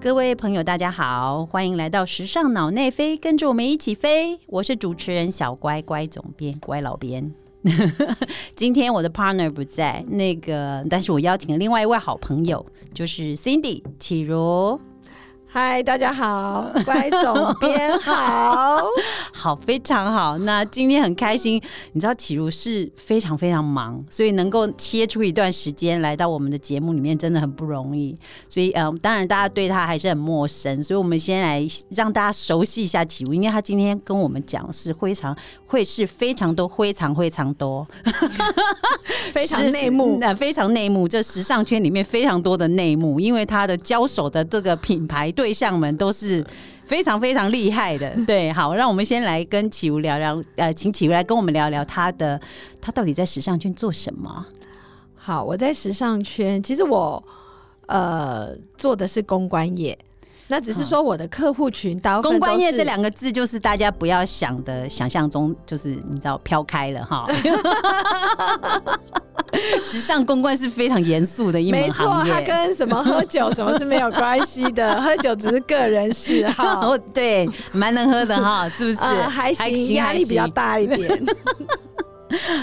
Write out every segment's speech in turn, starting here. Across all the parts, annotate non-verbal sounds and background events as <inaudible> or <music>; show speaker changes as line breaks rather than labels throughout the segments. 各位朋友，大家好，欢迎来到《时尚脑内飞》，跟着我们一起飞。我是主持人小乖乖总编乖老编。 <laughs> 今天我的 partner 不在，那个，但是我邀请了另外一位好朋友，就是 Cindy 启如。
嗨，大家好，
嗯
乖总编
<laughs>
好。
好，非常好。那今天很开心，你知道启如是非常非常忙，所以能够切出一段时间来到我们的节目里面，真的很不容易。所以，呃，当然大家对他还是很陌生，所以我们先来让大家熟悉一下启如，因为他今天跟我们讲是非常会是非常多，非常非常多，
非常内幕
那、呃非常内幕。这时尚圈里面非常多的内幕，因为他的交手的这个品牌对象们都是。非常非常厉害
<laughs>
的，对，好，让我们先来跟启如聊聊，呃，请启如来跟我们聊聊他的，他到底在时尚圈做什么？
好，我在时尚圈，其实我呃做的是公关业，那只是说我的客户群大部
嗯
分
公关业
都是
这两个字，就是大家不要想的想象中，就是你知道飘开了
<laughs>
哈。时尚公关是非常严肃的一
没
门
错，
行业，
它跟什么喝酒什么是没有关系的，喝酒只是个人嗜好。
<laughs> 哦， <laughs> 对，蛮能喝的哈，是不是？
呃，还行，压力比较
还行
大一点。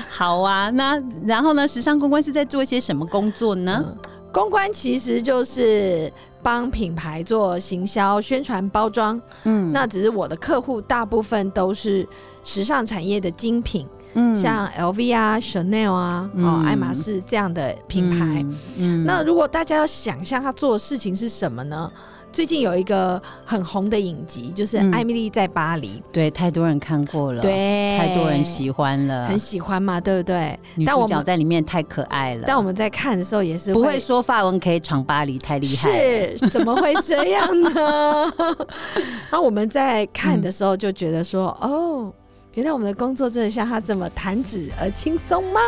好啊，那然后呢？时尚公关是在做一些什么工作呢？
嗯公关其实就是帮品牌做行销、宣传、包装，
嗯，
那只是我的客户大部分都是时尚产业的精品，
嗯
像 LV 啊、Chanel 啊、哦
嗯
爱马仕这样的品牌。，
嗯
那如果大家要想象他做的事情是什么呢？最近有一个很红的影集，就是
嗯
《艾米丽在巴黎
对，太多人看过了，，
对，
太多人喜欢了，
很喜欢嘛，对不对？
女
但
主
我
角
们
在里面太可爱了，
但我们在看的时候也是
不会说法文可以闯巴黎，太厉害了，
是，怎么会这样
<laughs>
呢？那我们在看
嗯
的时候就觉得说，哦，原来我们的工作真的像他这么弹指而轻松吗？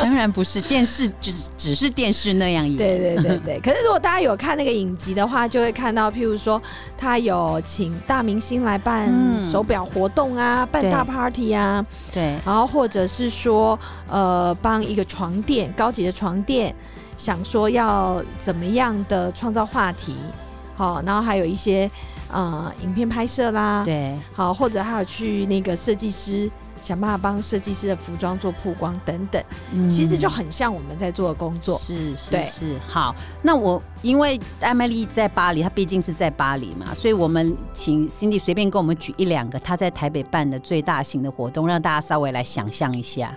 当然不是，电视只只是电视那样演，
对对对对。可是如果大家有看那个影集的话，就会看到，譬如说他有请大明星来办
嗯
手表活动啊，办
对
大 party 啊，
对
然后或者是说，呃，帮一个床垫，高级的床垫，想说要怎么样的创造话题，好、然后还有一些呃影片拍摄啦，，
对
好，或者还有去那个设计师想办法帮设计师的服装做曝光等等，
嗯
其实就很像我们在做的工作，
是是
对
是，好。那我因为艾麦丽在巴黎，她毕竟是在巴黎嘛，所以我们请 Cindy 随便给我们举一两个她在台北办的最大型的活动，让大家稍微来想象一下。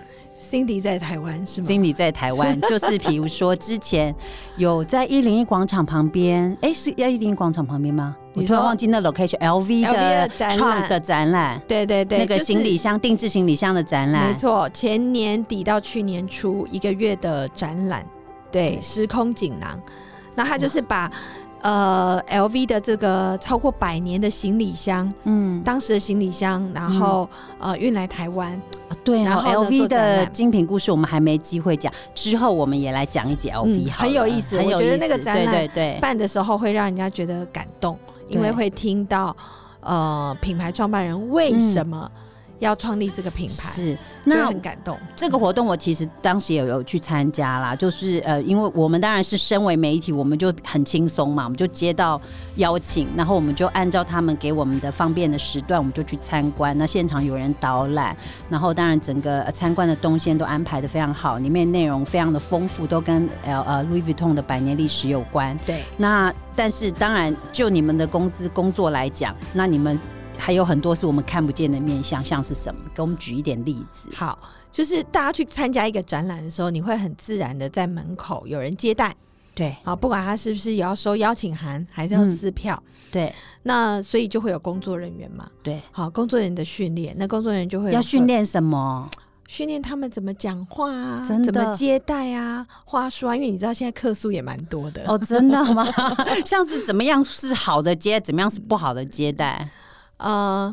Cindy 在台湾是吗？
Cindy 在台
<laughs>
湾，就是比如说之前有在一零一广场旁边，哎、是要一零一广场旁边吗？我
你
突然
说
忘记那 location LV 的
的展览
创的展览，
对对对，
那个
就是
行李箱、定制行李箱的展览，
没错，前年底到去年初一个月的展览，对，时空锦囊，那
嗯
它就是把。呃，LV 的这个超过百年的行李箱，
嗯，
当时的行李箱，然后、呃运来台湾，
啊对
然
哦
后呢
，LV
做展
的
览
精品故事我们还没机会讲，之后我们也来讲一节 LV，好了、
嗯很有意思
很
我
有
觉得
意
那个
思
展
对
览
对对，
办的时候会让人家觉得感动，因
对
为会听到呃品牌创办人为什么要创立这个品牌，
嗯是
就会
那
很感动。
这个活动我其实当时也有去参加啦，就是呃，因为我们当然是身为媒体，我们就很轻松嘛，我们就接到邀请，然后我们就按照他们给我们的方便的时段，我们就去参观。那现场有人导览，然后当然整个呃参观的动线都安排的非常好，里面内容非常的丰富，都跟呃呃 Louis Vuitton 的百年历史有关。
对，
那但是当然，就你们的公司工作来讲，那你们还有很多是我们看不见的面向，像是什么？给我们举一点例子。
好，就是大家去参加一个展览的时候，你会很自然的在门口有人接待，
对
好，啊不管他是不是也要收邀请函，还是要
嗯
撕票，
对
那所以就会有工作人员嘛。
对，
好，工作人员的训练，那工作人员就会有
要
很
训练什么？
训练他们怎么讲话啊，
真的
怎么接待啊，话术啊，因为你知道现在客诉也蛮多的。
哦，真的
<laughs>
吗？像是怎么样是好的接，怎么样是不好的接待？
呃，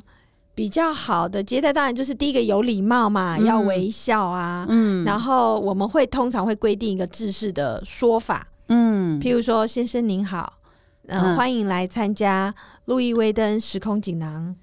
比较好的接待当然就是第一个有礼貌嘛，
嗯
要微笑啊。
嗯
然后我们会通常会规定一个制式的说法，
嗯，
譬如说“先生您好”，呃，
嗯
欢迎来参加路易威登时空锦囊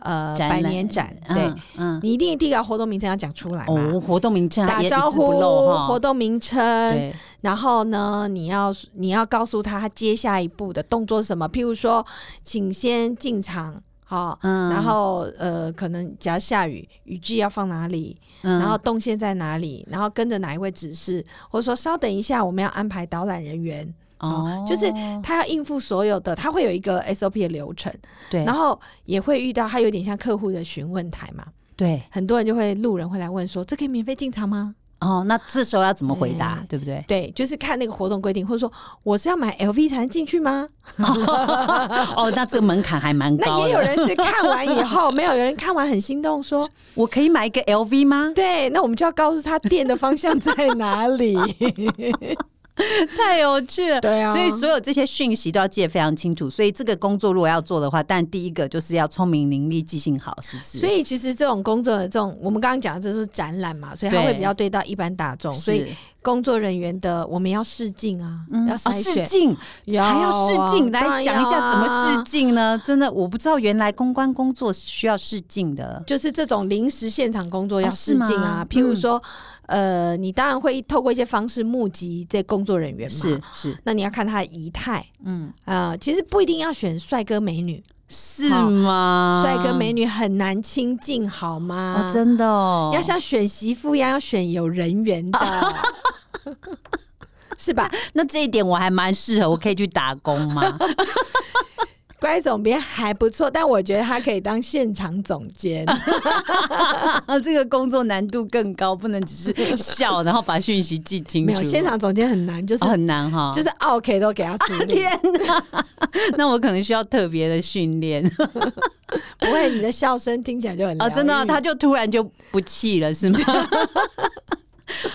呃
展
百
览
年展，对、
嗯嗯，
你一定第一个活动名称要讲出来嘛。
哦，活动名称
打
也
招
一字不
呼，
漏哈
活动名称，
对，
然后呢，你要你要告诉他他接下一步的动作是什么，譬如说，请先进场，好、
嗯
然后呃，可能只要下雨，雨具要放哪里，
嗯
然后动线在哪里，然后跟着哪一位指示，或者说稍等一下，我们要安排导览人员，
哦，
就是他要应付所有的，他会有一个 SOP 的流程，
对，
然后也会遇到他有点像客户的询问台嘛，
对
很多人就会路人会来问说，这可以免费进场吗？
哦，那这时候要怎么回答
哎，
对不对？
对，就是看那个活动规定，或者说我是要买 LV 才能进去吗？
哦，那这个门槛还蛮
那
高
也有
的。
人是看完以后，没有有人看完很心动说，
我可以买一个 LV 吗？
对，那我们就要告诉他店的方向在哪里。
太有趣了。
<laughs> 对啊，
所以所有这些讯息都要记得非常清楚。所以这个工作如果要做的话，但第一个就是要聪明伶俐、记性好，是不是？
所以其实这种工作的这种，我们刚刚讲的这就是展览嘛，所以它会
对
比较对到一般大众，
是
所以工作人员的我们要试镜啊，
嗯
要
哦
筛
试
选，
镜，
啊
还要试镜，
当
来
然
讲一
要
下
啊
怎么试镜呢？真的，我不知道原来公关工作是需要试镜的。
就是这种临时现场工作要
哦
试
是
镜啊
吗，
譬如说，呃，你当然会透过一些方式募集这工作人员嘛，
是，是，
那你要看他的仪态。
嗯，
啊、其实不一定要选帅哥美女，
是吗？
帅、哥美女很难亲近，好吗？
啊哦，真的哦，
要像选媳妇一样，要选有人
<laughs>
缘的，是吧？
那这一点我还蛮适合，我可以去打工
<laughs>
吗？
乖总编还不错，但我觉得他可以当现场总监。
这个工作难度更高，不能只是笑，然后把讯息记清楚。
没有现场总监很难，啊就是、
哦很难哈，
就是 OK 都给他处理，
<laughs> 天哪，那我可能需要特别的训
<laughs>
练
不会你的笑声听起来就很
哦，真的啊、
疗愈
他就突然就不气了，
<laughs>
是吗？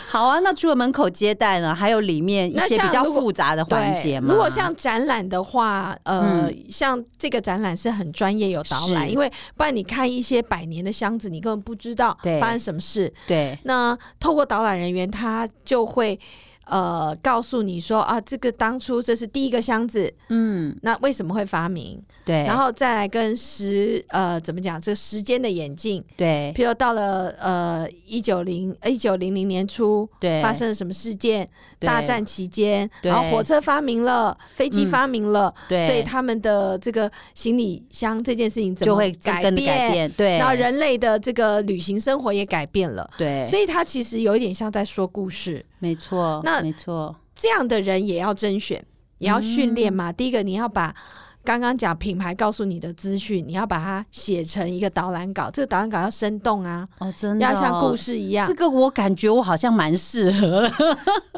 好啊，那除了门口接待呢，还有里面一
那
些
像
比较
如果
复杂的环节
对
吗？
如果像展览的话，呃，像这个展览是很专业有导
嗯
览，
是
因为不然你看一些百年的箱子，你根本不知道
对
发生什么事。
对
那透过导览人员，他就会。呃，告诉你说啊，这个当初这是第一个箱子，
嗯
那为什么会发明？
对，
然后再来跟时呃怎么讲，这个时间的演进，
对
譬如到了呃一九零一九零零年初
对
发生了什么事件，
哎对
大战期间，
对嗯
然后火车发明了，飞机发明了，
对，
所以他们的这个行李箱这件事情怎
就
么
会
改
跟
变？
着改变，哎对，
然后人类的这个旅行生活也改变了，
对，
所以他其实有一点像在说故事。
没错，
那
没错，
这样的人也要甄选，也要训
嗯
练嘛。第一个，你要把刚刚讲品牌告诉你的资讯，你要把它写成一个导览稿，这个导览稿要生动啊，
哦，真的、哦
要像故。事一样
这。个我感觉我好像蛮适合的，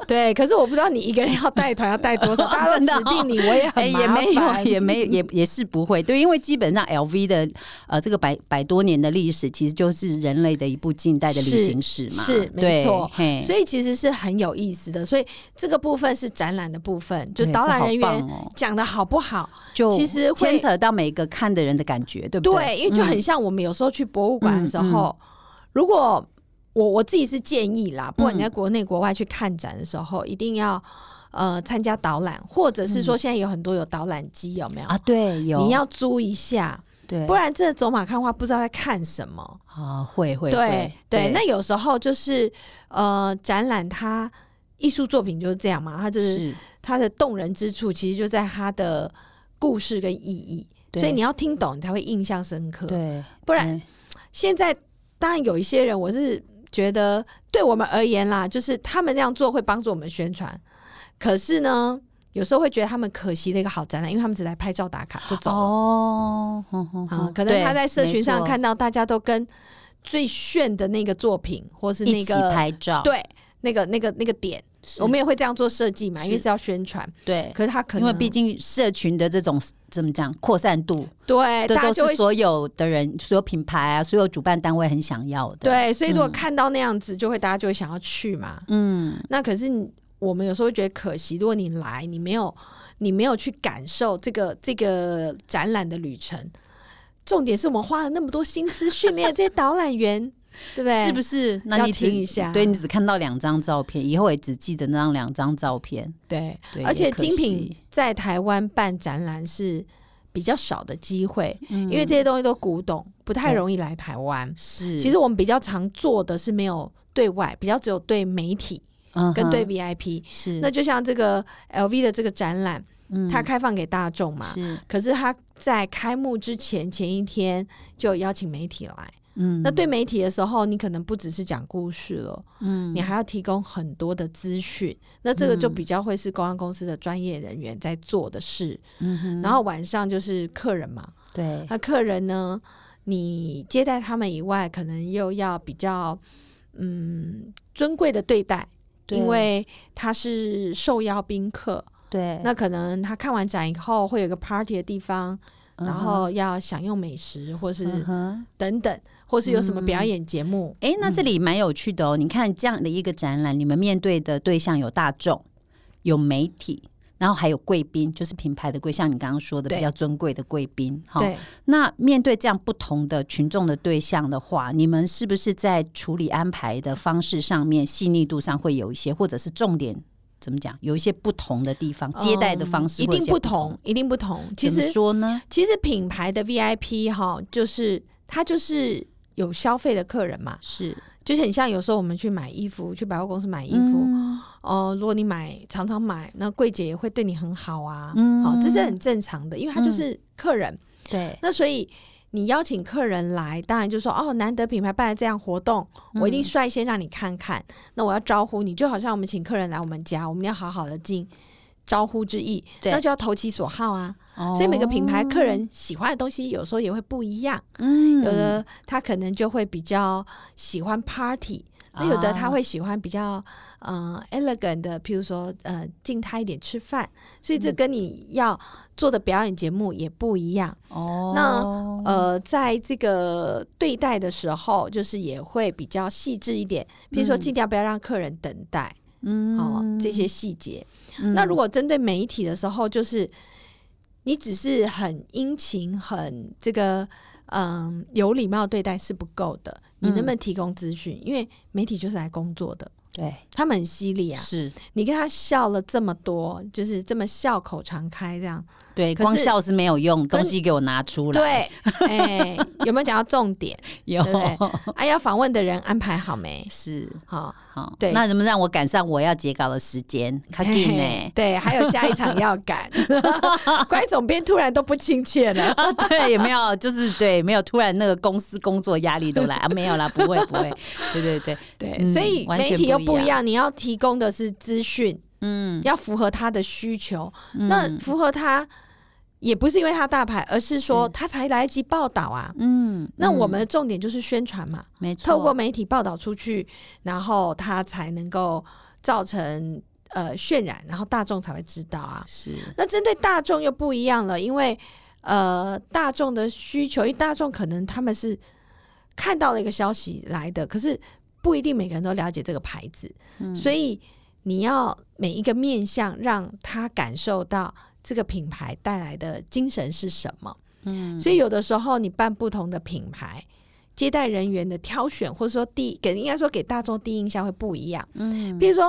对，可是我不知道你一个人要带团要带
<laughs>
多少，大家都
真的哦
指定你，我也
哎、
很
也
麻
没有，
烦。
也没有，也也是不会，对，因为基本上 LV 的呃这个百百多年的历史，其实就是人类的一部近代的旅行史嘛，
是是没
对
错
嘿
所以其实是很有意思的，所以这个部分是展览的部分，就
对
导览人
这好
员
棒哦
讲的好不好？
就
其实会
牵扯到每个看的人的感觉，对不
对，因为就
嗯
很像我们有时候去博物馆的时
嗯嗯
候，如果我我自己是建议啦，不管你在国内国外去看展的时候，一定要呃参加导览，或者是说现在有很多有导览机，有没有？
嗯啊，对，有
你要租一下，
对，
不然这走马看花不知道在看什么。
啊会会
对
会
对，那有时候就是呃，展览它艺术作品就是这样嘛，它就是
是
它的动人之处，其实就在它的故事跟意义，
对
所以你要听懂，你才会印象深刻。
对，
不然
嗯
现在当然有一些人，我是觉得对我们而言啦，就是他们那样做会帮助我们宣传，可是呢，有时候会觉得他们可惜的一个好展览，因为他们只来拍照打卡就走了
嗯哦，哼哼
啊、
哼
可能他在社群上，
对没
看到大家都跟最炫的那个作品，或是
错
那
一起
个
拍照，
对那个那个那个点，
是
我们也会这样做设计嘛，
是
因为是要宣传。
对
可是他可
因
能
为毕竟社群的这种怎么讲扩散度，
对
这
哎大家
都
就会
是所有的人、所有品牌啊、所有主办单位很想要的。，
对，所以如果看到那样子，就会大家就会想要去嘛。
嗯，
那可是你我们有时候会觉得可惜，如果你来，你没有你没有去感受这个这个展览的旅程。重点是我们花了那么多心思训练这些导览员， <laughs> 对不对？
是不是？那
要
你只
听一下
对你只看到两张照片，以后也只记得那张两张照片。
对，
对，
而且
也可惜
精品在台湾办展览是比较少的机会，
因
因为这些东西都古董，不太
嗯对
容易来台湾。
是
其实我们比较常做的是没有对外，比较只有对媒体跟对
比
VIP。
嗯是
那就像这个 LV 的这个展览，
嗯
它开放给大众嘛，
是
可是它在开幕之前前一天就有邀请媒体来。
嗯
那对媒体的时候，你可能不只是讲故事了，
嗯
你还要提供很多的资讯。那这个就
嗯
比较会是公安公司的专业人员在做的事。
嗯哼
然后晚上就是客人嘛，
对
那客人呢，你接待他们以外，可能又要比较嗯尊贵的对待，
对
因为他是受邀宾客。
对嗯
那可能他看完展以后会有一个 party 的地方，
嗯哼
然后要享用美食，或是
嗯哼
等等，或是有什么表演节目。
哎，那这里蛮有趣的哦。你看这样的一个展览，你们面对的对象有大众，有媒体，然后还有贵宾，就是品牌的贵，像你刚刚说的
对
比较尊贵的贵宾。哈，
对，
那面对这样不同的群众的对象的话，你们是不是在处理安排的方式上面细腻度上会有一些，或者是重点怎么讲，有一些不同的地方，接待的方式
嗯一
会有
定
些
不
同
同。，一定不同。其
怎么
实
说呢，
其实品牌的 VIP 哈，就是他就是有消费的客人嘛，
是
就是很像有时候我们去买衣服，去百货公司买衣服
嗯
哦、如果你买常常买，那柜姐也会对你很好啊，
嗯
好、这是很正常的，因为他就是客人。
对，
那所以你邀请客人来，当然就说哦，难得品牌办了这样活动，
嗯
我一定率先让你看看。那我要招呼你，就好像我们请客人来我们家，我们要好好的尽招呼之意，
对哦
那就要投其所好啊。
所
所以每个品牌客人喜欢的东西有时候也会不一样，
嗯
有的他可能就会比较喜欢 party。那有的
啊
他会喜欢比较嗯、呃 elegant 的，譬如说呃静态一点吃饭，所以
嗯
这跟你要做的表演节目也不一样。
哦，
那呃，在这个对待的时候，就是也会比较细致一点，比如说
嗯
尽量不要让客人等待，
嗯
哦，这些细节。
嗯
那如果针对媒体的时候，就是你只是很殷勤、很这个嗯有礼貌对待是不够的，你
嗯
能不能提供资讯？因为媒体就是来工作的。
对
他们很犀利啊！
是
你跟他笑了这么多，就是这么笑口常开这样，
对，
可
光
是
笑是没有用，
可
东
是
西给我拿出来，
对，哎、有没有讲到
<laughs>
重点？
有
对不哎、要访问的人安排好没？
是
好，
好，
对？
那怎么让我赶上我要截稿的时间？卡紧呢
<laughs> 对，还有下一场要
<laughs>
赶。乖总编突然都不亲切了，
<laughs> 对，有没有就是对，没有突然那个公司工作压力都来
<laughs>
啊？没有啦，不会不会，对对对，
对，
嗯
所以
完全
媒体又
不
不
一
一样，你要提供的是资讯，
嗯，
要符合他的需求。那符合他，也不是因为他大牌，而是说
是
他才来得及报道啊。
嗯，
那
嗯
我们的重点就是宣传嘛，
没错，
透过媒体报道出去，然后他才能够造成呃渲染，然后大众才会知道啊。
是
那针对大众又不一样了，因为呃，大众的需求，因为大众可能他们是看到了一个消息来的，可是不一定每个人都了解这个牌子，所以你要每一个面向让他感受到这个品牌带来的精神是什么。嗯，所以有的时候你办不同的品牌。接待人员的挑选，或者说第给应该说给大众第一印象会不一样。嗯，比如说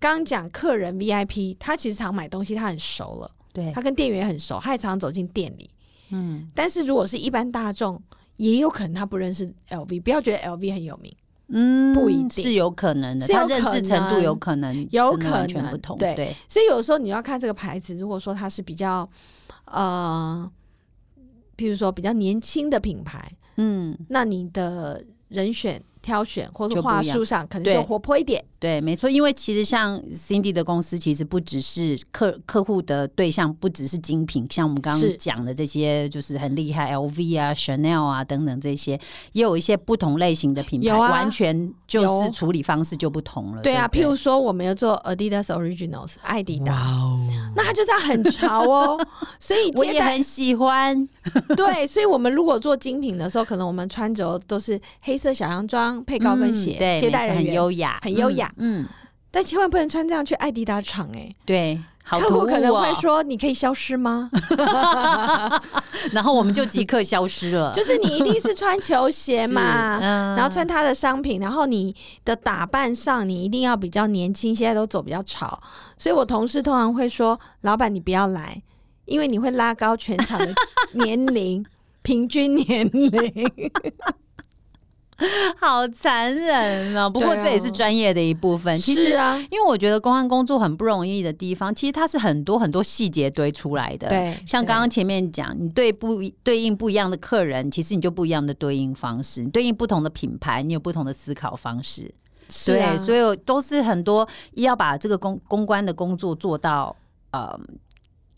刚刚讲客人 VIP，他其实常买东西，他很熟了，
对
他跟店员很熟，他也常常走进店里。嗯，但是如果是一般大众，也有可能他不认识 LV，不要觉得 LV 很有名，
嗯
不一定
是有可能的，
是有
他
可能
认识程度有可能
有
真的完全
可能
不同，
对
对，
所以有时候你要看这个牌子，如果说它是比较呃，比如说比较年轻的品牌，
嗯，
那你的人选挑选或
就
者
不一
话
样
术上可能
对
就活泼一点。
对，没错，因为其实像 Cindy 的公司，其实不只是客客户的对象，不只是精品，像我们刚
是
刚讲的这些，就是很厉害 LV 啊、Chanel 啊等等这些，也有一些不同类型的品牌，
有啊
完全就
有
是处理方式就不同了。
对
对
啊，
不对
譬如说我们有做 Adidas Originals 艾迪达，
哦，
那它就是要很潮哦，所以
我
接
也
待
很喜欢， <laughs>
对，所以我们如果做精品的时候，可能我们穿着都是黑色小洋装配高跟鞋，
嗯对，
接待
没错
人
很
员，
优雅，
很优雅
嗯，嗯，
但千万不能穿这样去艾迪达厂哎、 <laughs>
对。好
客
突兀
户可能会
哦，
说：“你可以消
<laughs>
失吗
然后我们就即刻消失了？”，
就是你一定是穿球鞋
是
<laughs> 嘛，
嗯
然后穿他的商品，然后你的打扮上你一定要比较年轻，现在都走比较潮，所以我同事通常会说：“老板，你不要来，因为你会拉高全场的年龄， <laughs> 平均
<laughs>
年龄。
好残忍啊！不过
对啊
这也是专业的一部分。其实
是啊，
因为我觉得公安工作很不容易的地方，其实它是很多很多细节堆出来的。，
对，
像刚刚前面讲，你对不一对应不一样的客人，其实你就不一样的对应方式；你对应不同的品牌，你有不同的思考方式。
是
对，
啊，
所以都是很多要把这个公公关的工作做到，呃，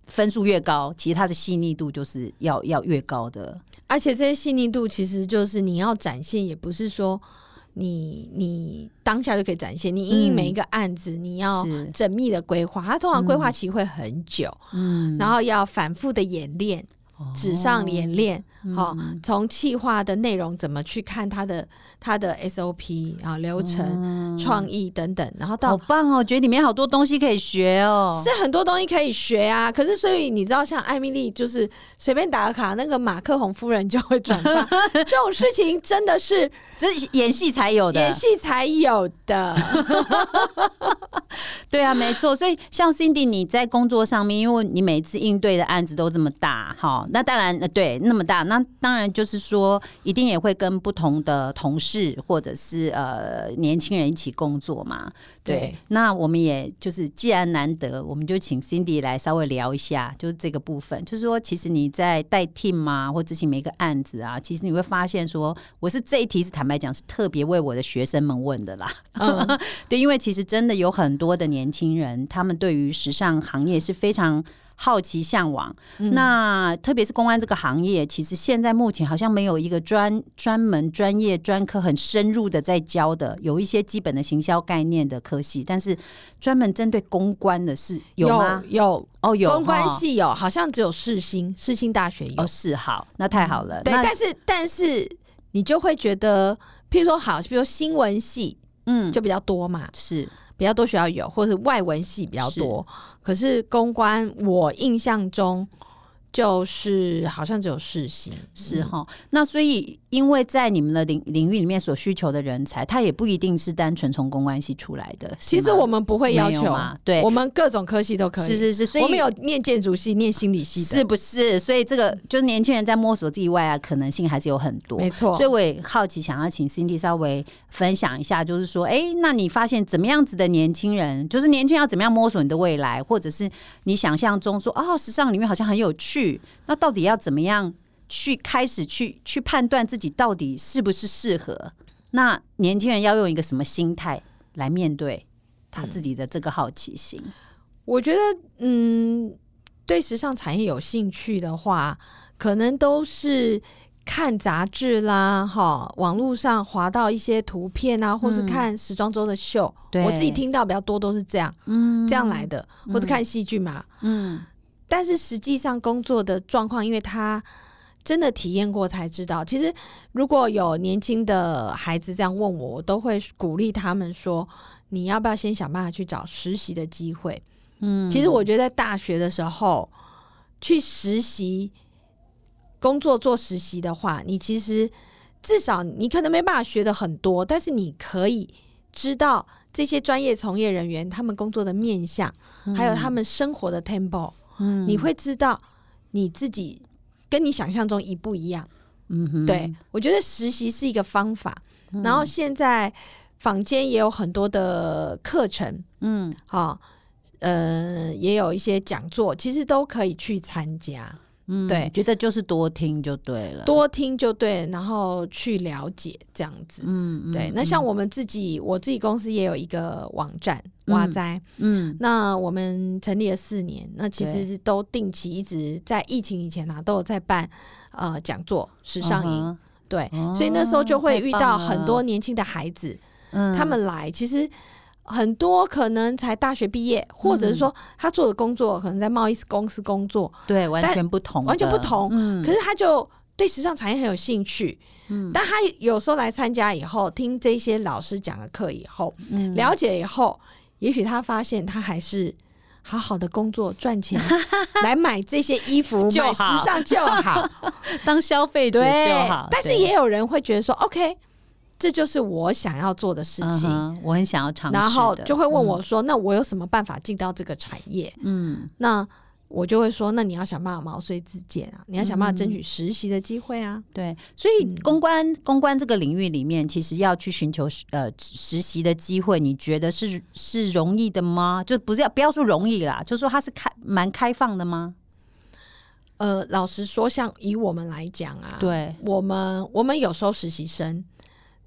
分数越高，其实它的细腻度就是要要越高的。
而且这些细腻度其实就是你要展现，也不是说你你当下就可以展现。你因应
嗯
每一个案子，你要
是
缜密的规划，它通常规划期会很久，
嗯，
然后要反复的演练，纸上演练，
哦
好、
嗯
从企划的内容怎么去看它的它的 SOP 啊流程、
哦
创意等等，然后到
好棒哦！觉得里面好多东西可以学哦。
是很多东西可以学啊，可是所以你知道，像艾米丽就是随便打个卡，那个马克宏夫人就会
<laughs>
转发，这种事情真的是
这是演戏才有的
演，戏才有的。
<laughs> 对啊，没错。所以像 Cindy，你在工作上面，因为你每次应对的案子都这么大，哈，那当然，呃，对，那么大，那当然就是说，一定也会跟不同的同事或者是呃年轻人一起工作嘛。对，
对
那我们也就是既然难得，我们就请 Cindy 来稍微聊一下，就是这个部分，就是说，其实你在带 team 啊，或执行每一个案子啊，其实你会发现说，我是这一题是坦白讲是特别为我的学生们问的啦。 <laughs>
嗯，
对，因为其实真的有很多的年轻人，他们对于时尚行业是非常好奇向往。
嗯
那特别是公安这个行业，其实现在目前好像没有一个专专门、专业、专科很深入的在教的，有一些基本的行销概念的科系，但是专门针对公关的是有吗？
有
哦，有
公关
哈
系有，好像只有世新世新大学有。
哦，是好，那太好了。
对，
那
但是但是你就会觉得，譬如说好，譬如说新闻系
嗯，
就比较多嘛，
是
比较多学校有，或是外文系比较多。可是公关，我印象中就是好像只有世新，
是
嗯
哈、那所以因为在你们的领领域里面所需求的人才，他也不一定是单纯从公关系出来的。是
其实
吗
我们不会要
没有
求，
嘛对
我们各种科系都可以。
是是是，所以
我们有嗯念建筑系、念心理系的，
是不是？所以这个就是年轻人在摸索自己外啊，可能性还是有很多
没。错
所以。我也好奇，想要请 Cindy 稍微分享一下，就是说，哎、那你发现怎么样子的年轻人，就是年轻人要怎么样摸索你的未来，或者是你想象中说，哦，时尚领域好像很有趣，那到底要怎么样去开始去去判断自己到底是不是适合？那年轻人要用一个什么心态来面对他
嗯
自己的这个好奇心？
我觉得，嗯，对时尚产业有兴趣的话，可能都是看杂志啦，哈，网络上滑到一些图片啊，
嗯
或是看时装周的秀。
对
我自己听到比较多都是这样，
嗯
这样来的，或者看戏剧嘛。
嗯，
但是实际上工作的状况，因为他真的体验过才知道。其实如果有年轻的孩子这样问我，我都会鼓励他们说：你要不要先想办法去找实习的机会？嗯，其实我觉得在大学的时候去实习工作做实习的话，你其实至少你可能没办法学的很多，但是你可以知道这些专业从业人员他们工作的面向，
嗯
还有他们生活的 tempo，、你会知道你自己跟你想象中一不一样。
嗯哼，
对我觉得实习是一个方法，然后现在坊间也有很多的课程，
嗯，
哈、呃，也有一些讲座，其实都可以去参加，
嗯
对
觉得就是多听就对了，
多听就对，然后去了解这样子。
嗯，嗯
对，那像我们自己，我自己公司也有一个网站
嗯
哇哉，
嗯
那我们成立了四年，那其实都定期一直在疫情以前啊，都有在办呃讲座、时尚营，
嗯
对，
哦
所以那时候就会遇
太棒
到
了嗯
很多年轻的孩子，
哼，
他们来其实。很多可能才大学毕业，或者是说他做的工作可能在贸易公司工作，
嗯对完
但
全不同的，
完全不同
嗯
可是他就对时尚产业很有兴趣。但他有时候来参加以后，听这些老师讲的课以后，
嗯
了解以后，也许他发现他还是好好的工作
<laughs>
赚钱，来买这些衣服，
就
买时
好
尚就
<laughs>
好。
当消费者
对
就好，，
但是
对
也有人会觉得说，OK，这就是我想要做的事
嗯
情。
哼我很想要尝试的，
然后就会问我说：“那我有什么办法进到这个产业？”
嗯
那我就会说，那你要想办法毛遂自荐啊，你要想办法争取实习的机会啊。
对，所以公关、公关这个领域里面，其实要去寻求实呃实习的机会，你觉得是是容易的吗？就不是要不要说容易啦，就说它是开蛮开放的吗？
呃，老实说，像以我们来讲啊，
嗯对，
我们我们有时候实习生，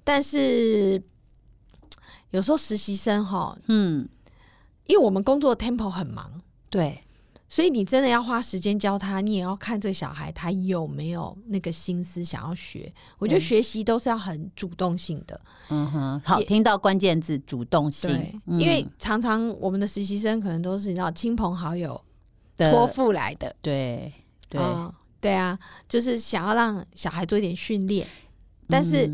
但是有时候实习生哈，
嗯，
因为我们工作 tempo 很忙，
对，
所以你真的要花时间教他，你也要看这个小孩他有没有那个心思想要学。我觉得
对
学习都是要很主动性的，
嗯哼，好，
也
听到关键字主动
对
性，，
因为常常我们的实习生可能都是你知道亲朋好友
的
托付来的，
对呃对，
啊对啊，就是想要让小孩做一点训练，
嗯
但是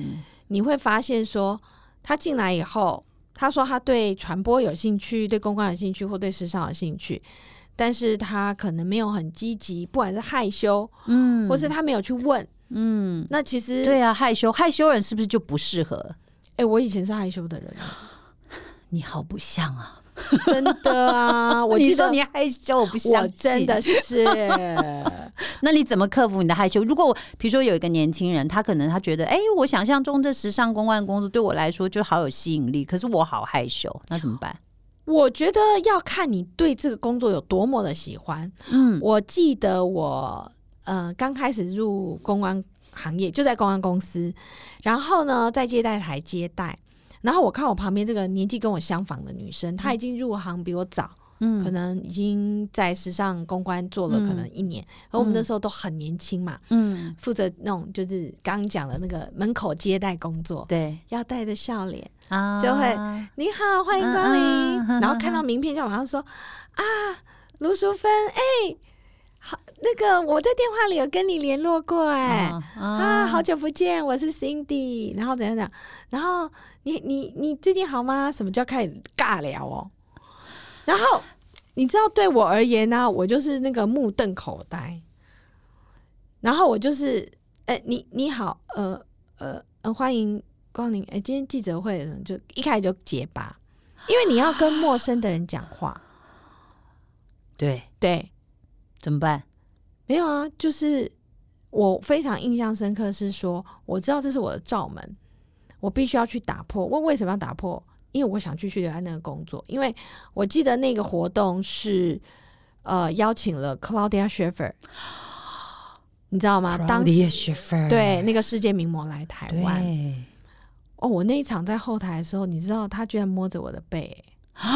你会发现说，他进来以后，他说他对传播有兴趣，对公关有兴趣，或对时尚有兴趣，但是他可能没有很积极，不管是害羞，
嗯，
或是他没有去问，嗯，那其实，
对啊，害羞害羞人是不是就不适合？
哎、我以前是害羞的人，
你好不像啊！
真
<laughs>
的啊，我
你
记
说
得。
你害羞，我不相
我
信。
真的是，
那你怎么克服你的害羞？如果我比如说有一个年轻人，他可能他觉得，哎、我想象中这时尚公关工作对我来说就好有吸引力，可是我好害羞，那怎么办？
我觉得要看你对这个工作有多么的喜欢。
嗯，
我记得我呃刚开始入公关行业，就在公关公司，然后呢在接待台接待，然后我看我旁边这个年纪跟我相仿的女生，她已经入行比我早，
嗯
可能已经在时尚公关做了可能一年，而我们那时候都很年轻嘛，
嗯，
负责那种就是刚讲的那个门口接待工作。
对
要带着笑脸，
啊
就会你好，欢迎光临。
嗯嗯
然后看到名片就马上说啊，卢淑芬，哎、好，那个我在电话里有跟你联络过、哎、啊，好久不见，我是 Cindy，然后怎样怎样，然后你你你最近好吗？什么就要开始尬聊哦，然后你知道对我而言呢、我就是那个目瞪口呆，然后我就是，哎、你你好，呃呃呃，欢迎光临，哎、今天记者会就一开始就结巴，因为你要跟陌生的人讲话，
对，
对，
怎么办？
没有啊，就是我非常印象深刻是说，我知道这是我的罩门，我必须要去打破。问为什么要打破？因为我想继续留在那个工作，因为我记得那个活动是呃邀请了 Claudia Schiffer，你知道吗？啊当时
时学分
对那个世界名模来台湾
对
哦，我那一场在后台的时候，你知道他居然摸着我的背、欸
啊，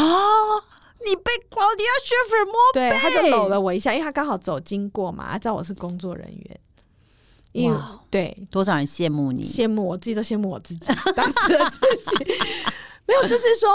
你被 Claudia Schiffer 摸
对，他就搂了我一下，因为他刚好走经过嘛，他知道我是工作人员，因为
哇
对
多少人羡慕你？
羡慕我自己，都羡慕我自己 <laughs> 当时的自己。没有，就是说，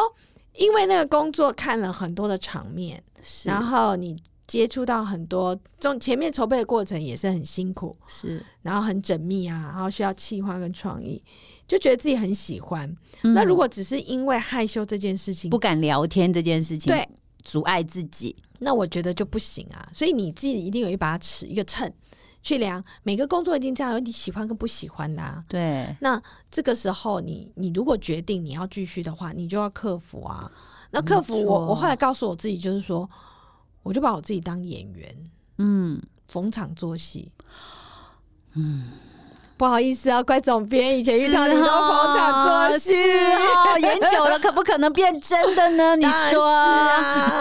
因为那个工作看了很多的场面，
是
然后你接触到很多，这种前面筹备的过程也是很辛苦，
是，
然后很缜密啊，然后需要企划跟创意，就觉得自己很喜欢。
嗯
那如果只是因为害羞这件事情，
不敢聊天这件事情，
对，
阻碍自己，
那我觉得就不行啊。所以你自己一定有一把尺，一个秤去量，每个工作一定这样有你喜欢跟不喜欢的、啊。
对，
那这个时候你，你如果决定你要继续的话，你就要克服啊。那克服
没
我，
错
我后来告诉我自己，就是说，我就把我自己当演员，
嗯，
逢场作戏。嗯，不好意思啊，怪总编， <laughs> 以前遇到你都
是哦
逢场作戏。
是哦，演久了可不可能变真的呢？你
当然
说
是啊，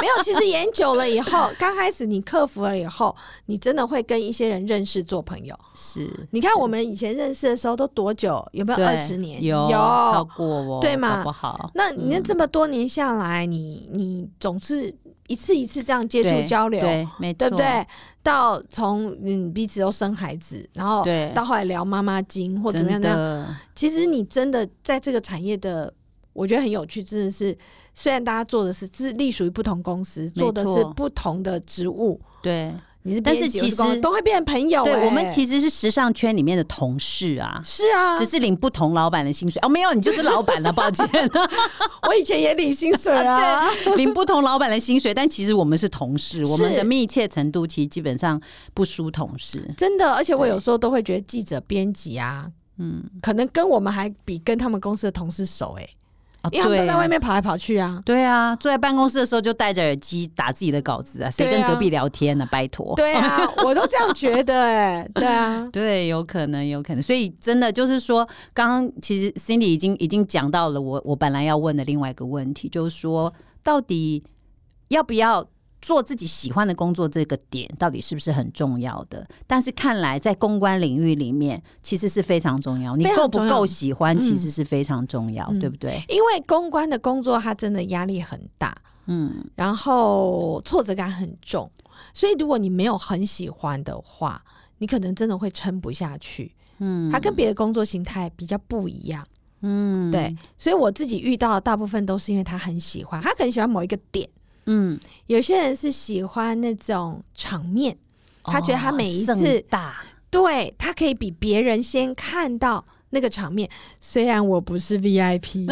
没有。其实演久了以后，刚开始你克服了以后，你真的会跟一些人认识做朋友。
是
你看我们以前认识的时候都多久？有没有
对
二十年？
有超过哦，
对嘛
搞不好，
那你那这么多年下来，你你总是一次一次这样接
对
触交流，
对，没
对
错，
不？对？到从嗯彼此都生孩子，然后
对
到后来聊妈妈经或怎么样
真
怎么样，
的，
其实你真的在这个产业的。我觉得很有趣，真的是，虽然大家做的是是隶属于不同公司，
错
做的是不同的职务，
对，
你是
但是
编辑
其
我公关
实
都会变成朋友、
对
欸
我们其实是时尚圈里面的同事啊。
是啊
只，是领不同老板的薪水哦，没有，你就是老板
<laughs>
了，抱歉， <laughs>
我以前也领薪水啊，
对，领不同老板的薪水，但其实我们是同事，我们
是
的密切程度其实基本上不输同事，
真的，而且我
对
有时候都会觉得记者、编辑啊，
嗯，
可能跟我们还比跟他们公司的同事熟哎、
啊
因为他们都
对
在外面跑来跑去啊。
对啊，坐在办公室的时候就戴着耳机打自己的稿子啊，谁
对
跟
啊
隔壁聊天呢、拜托。
对啊，我都这样觉得哎、
<laughs>
对啊，
对，有可能，有可能，所以真的就是说，刚刚其实 Cindy 已经已经讲到了我我本来要问的另外一个问题，就是说，到底要不要做自己喜欢的工作这个点，到底是不是很重要的？但是看来在公关领域里面，其实是非常重要，你
非常
够不
重要
够喜欢，
嗯
其实是非常重要，
嗯
对不对？
因为公关的工作它真的压力很大，
嗯，
然后挫折感很重，所以如果你没有很喜欢的话，你可能真的会撑不下去。嗯，它跟别的工作形态比较不一样。嗯，对，所以我自己遇到的大部分都是因为他很喜欢，他很喜欢某一个点。
嗯，
有些人是喜欢那种场面，他觉得他每一
哦
次、
盛大，
对他可以比别人先看到那个场面。虽然我不
<laughs>
是 VIP，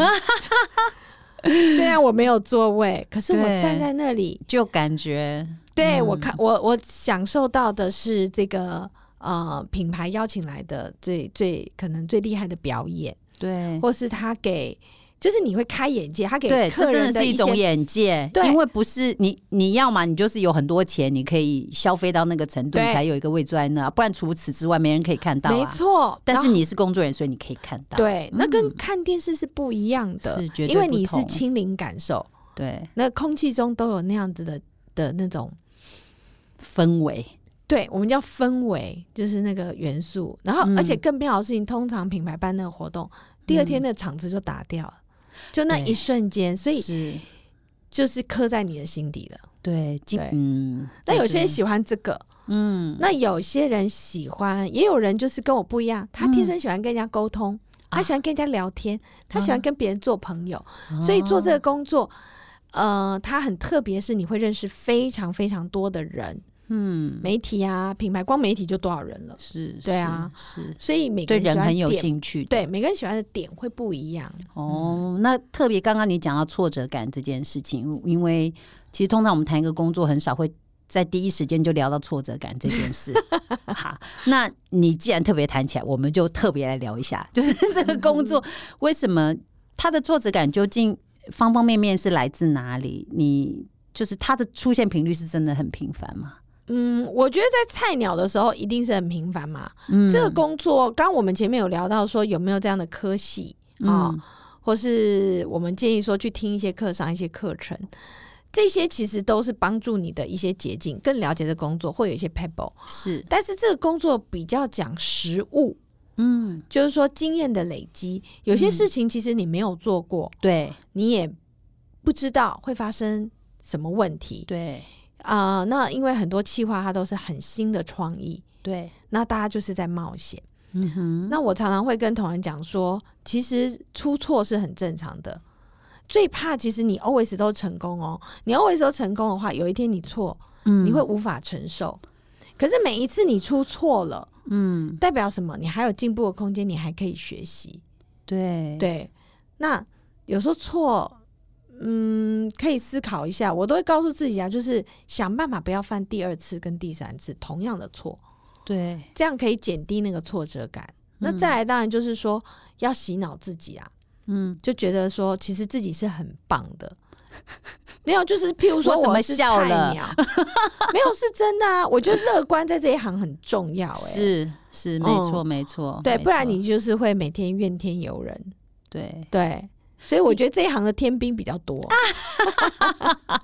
虽然我没有座位，可是我
对
站在那里，
就感觉
对我看我我享受到的是这个呃品牌邀请来的最最可能最厉害的表演，
对。
或是他给。就是你会开眼界，他给
对，
客
这
人
真的是
一
一种
些
眼界，
对
因为不是你，你要嘛，你就是有很多钱，你可以消费到那个程度，
对
你才有一个位置在那，不然除此之外，没人可以看到、啊。
没，错，
但
然
是
后
你是工作人员，所以你可以看到。，
对，那跟
嗯
看电视是不一样的，
是绝对
因为
不
你是
同
亲临感受，
对，
那空气中都有那样子的的那种，
氛围，
对我们叫氛围，就是那个元素。然后，
嗯
而且更妙的事情，通常品牌办那个活动，第二天那个场子就打掉了，就那
嗯
一
对
瞬间，所以
是，
就是刻在你的心底了。
对，今
对
嗯，
那有
这
些
真
人
的
喜欢这个，
嗯，
那有些人喜欢，也有人就是跟我不一样，他天
嗯
生喜欢跟人家沟通，他
啊
喜欢跟人家聊天，他喜欢
啊
跟别人做朋友，
哦
所以做这个工作，呃，它很特别，是你会认识非常非常多的人，
嗯
媒体啊，品牌，光媒体就多少人了，
是，
对啊
是，是
所以每个
对
人喜
人
欢
很有
点
兴趣的。
对，每个人喜欢的点会不一样。
哦，那特别刚刚你讲到挫折感这件事情，因为其实通常我们谈一个工作，很少会在第一时间就聊到挫折感这件 <laughs> 事。好，那你既然特别谈起来，我们就特别来聊一下，就是这个工作为什么它的挫折感究竟方方面面是来自哪里？你就是它的出现频率是真的很频繁吗？
嗯，我觉得在菜鸟的时候一定是很频繁嘛。
嗯
这个工作，刚我们前面有聊到说有没有这样的科系啊、
嗯
或是我们建议说去听一些课，上一些课程，这些其实都是帮助你的一些捷径，更了解这工作，会有一些 pebble。
是
但是这个工作比较讲实务，
嗯
就是说经验的累积，有些
嗯
事情其实你没有做过，
对
你也不知道会发生什么问题
对
啊、那因为很多企划它都是很新的创意，
对
那大家就是在冒险。
嗯哼
那我常常会跟同仁讲说，其实出错是很正常的。最怕其实你 always 都成功哦，你 always 都成功的话，有一天你错，
嗯
你会无法承受。可是每一次你出错了，
嗯
代表什么？你还有进步的空间，你还可以学习。
对
对，那有时候错，嗯，可以思考一下。我都会告诉自己啊，就是想办法不要犯第二次跟第三次同样的错，
对
这样可以减低那个挫折感。那
嗯
再来，当然就是说要洗脑自己啊，
嗯。
就觉得说其实自己是很棒的。 <laughs> 没有，就是譬如说
我怎么
是
笑
菜
了 <laughs>
鸟，没有是真的啊。我觉得乐观在这一行很重要、欸，
是是，没错、没错，
对，
没
不然
错
你就是会每天怨天尤人。
对
对，所以我觉得这一行的天兵比较多。
<laughs> 啊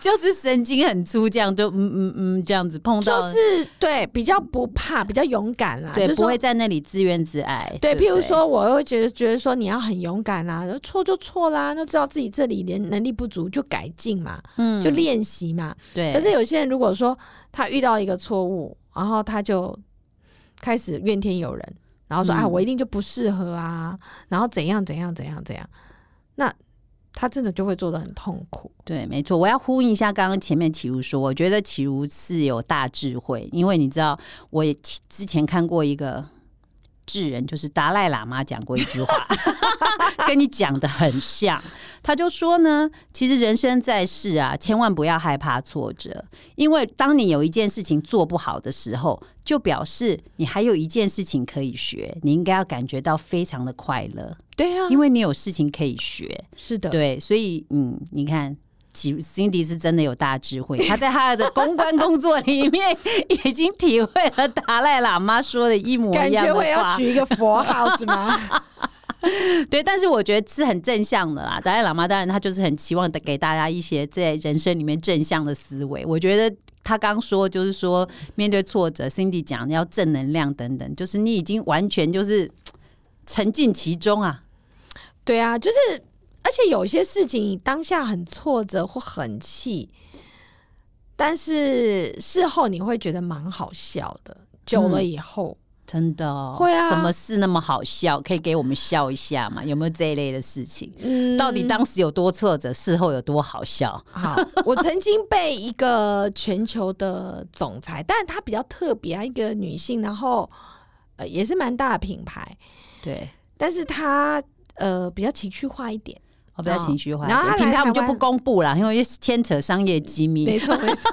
就是神经很粗，这样就嗯嗯嗯这样子碰
就
到，
是对比较不怕，比较勇敢啦，
对，
就是
不
说
会在那里自怨自艾。
对，
不
譬如，说，我会觉得觉得说你要很勇敢啦，错就错啦，那知道自己这里连能力不足就改进嘛，
嗯
就练习嘛。
对，
可是有些人如果说他遇到一个错误，然后他就开始怨天尤人，然后说、
嗯
啊我一定就不适合啊，然后怎样怎样怎样怎样，那他真的就会做的很痛苦。
对，没错，我要呼应一下刚刚前面启如说，我觉得启如是有大智慧，因为你知道，我也其之前看过一个智人，就是达赖喇嘛讲过一句话， <laughs> 跟你讲的很像。他就说呢，其实人生在世啊，千万不要害怕挫折，因为当你有一件事情做不好的时候，就表示你还有一件事情可以学，你应该要感觉到非常的快乐，
对啊，
因
为
为你有事情可以学。
是的，
对，所以嗯，你看。其 Cindy 是真的有大智慧，她在她的公关工作里面已经体会了达赖喇嘛说的一模
感
一样
觉
的
我也要
话。
取一个佛号是吗？
对，但是我觉得是很正向的啦。达赖喇嘛当然他就是很期望的给大家一些在人生里面正向的思维。我觉得他刚说就是说面对挫折，Cindy 讲要正能量等等，就是你已经完全就是沉浸其中啊。
对啊，就是，而且有些事情你当下很挫折或很气，但是事后你会觉得蛮好笑的。久了以后，
真的、哦，
会啊
什么事那么好笑？可以给我们笑一下嘛？有没有这一类的事情？
嗯
到底当时有多挫折，事后有多好笑？
好，我曾经被一个全球的总裁，但她比较特别啊，一个女性，然后呃也是蛮大的品牌，
对，
但是她呃比较情绪化一点，
我比较哦情绪化一
然后他
点。
来
品牌我们就
台湾
不公布了，因为牵扯商业机密。
没错没错。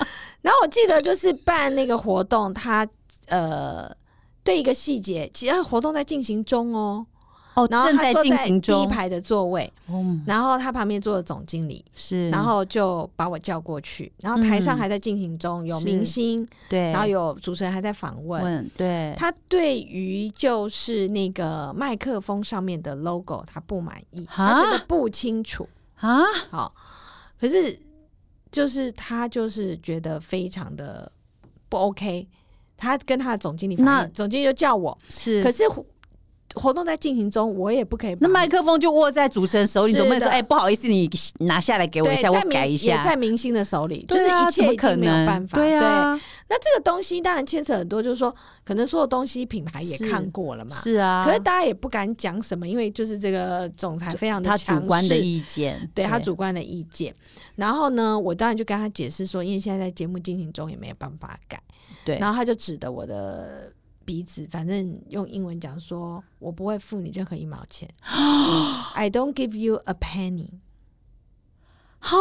<laughs> 然后我记得就是办那个活动，她呃对一个细节，其实活动在进行中哦，
哦，
然后
正
她坐
进
在
行
第一
中。
排的座位，
嗯，
然后她旁边坐的总经理，
是。
然后就把我叫过去，然后台上
嗯
还在进行中，有
是
明星。
对，
然后有主持人还在访问。
问对，
他对于就是那个麦克风上面的 logo，他不满意，他觉得不清楚。
啊，
好、可是就是他就是觉得非常的不 OK。他跟他的总经理反
那
映，总经理就叫我，
是
可。是活活动在进行中，我也不可以把。
那麦克风就握在主持人手里，
是
总不能说
的
哎，不好意思，你拿下来给我
对
一下，我
在明
改一
也
下
在。明星的手里，就
对
是
啊
一
怎
切
么
已
可
经没有
能
办法。
对啊，
那这个东西当然牵扯很多，就是说，可能所有东西品牌也
是
看过了嘛，
是啊。
可是大家也不敢讲什么，因为就是这个总裁非常的
他
强
主
势，
观的意见，
对他主观的意见。然后呢，我当然就跟他解释说，因为现在在节目进行中也没有办法改。
对
然后他就指着我的鼻子，反正用英文讲说，我不会付你任何一毛
<gasps>
钱，I don't give you a penny，
<laughs> 好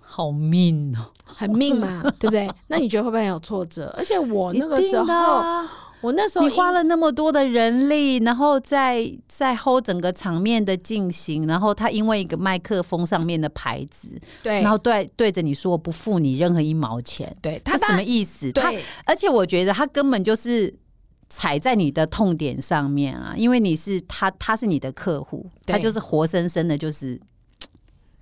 好命哦，
很命嘛，对不对？那你觉得会不会很有挫折？而且我哦那个
一定
时
的
候，
啊
我那时候
你花
因
了那么多的人力，然后再再 hold 整个场面的进行，然后他因为一个麦克风上面的牌子，
对
然后对对着你说我不付你任何一毛钱，
对
他
他
什
当
么
然
意思？他
对
而且我觉得他根本就是踩在你的痛点上面啊，因为你是他，他是你的客户，
对
他就是活生生的，就是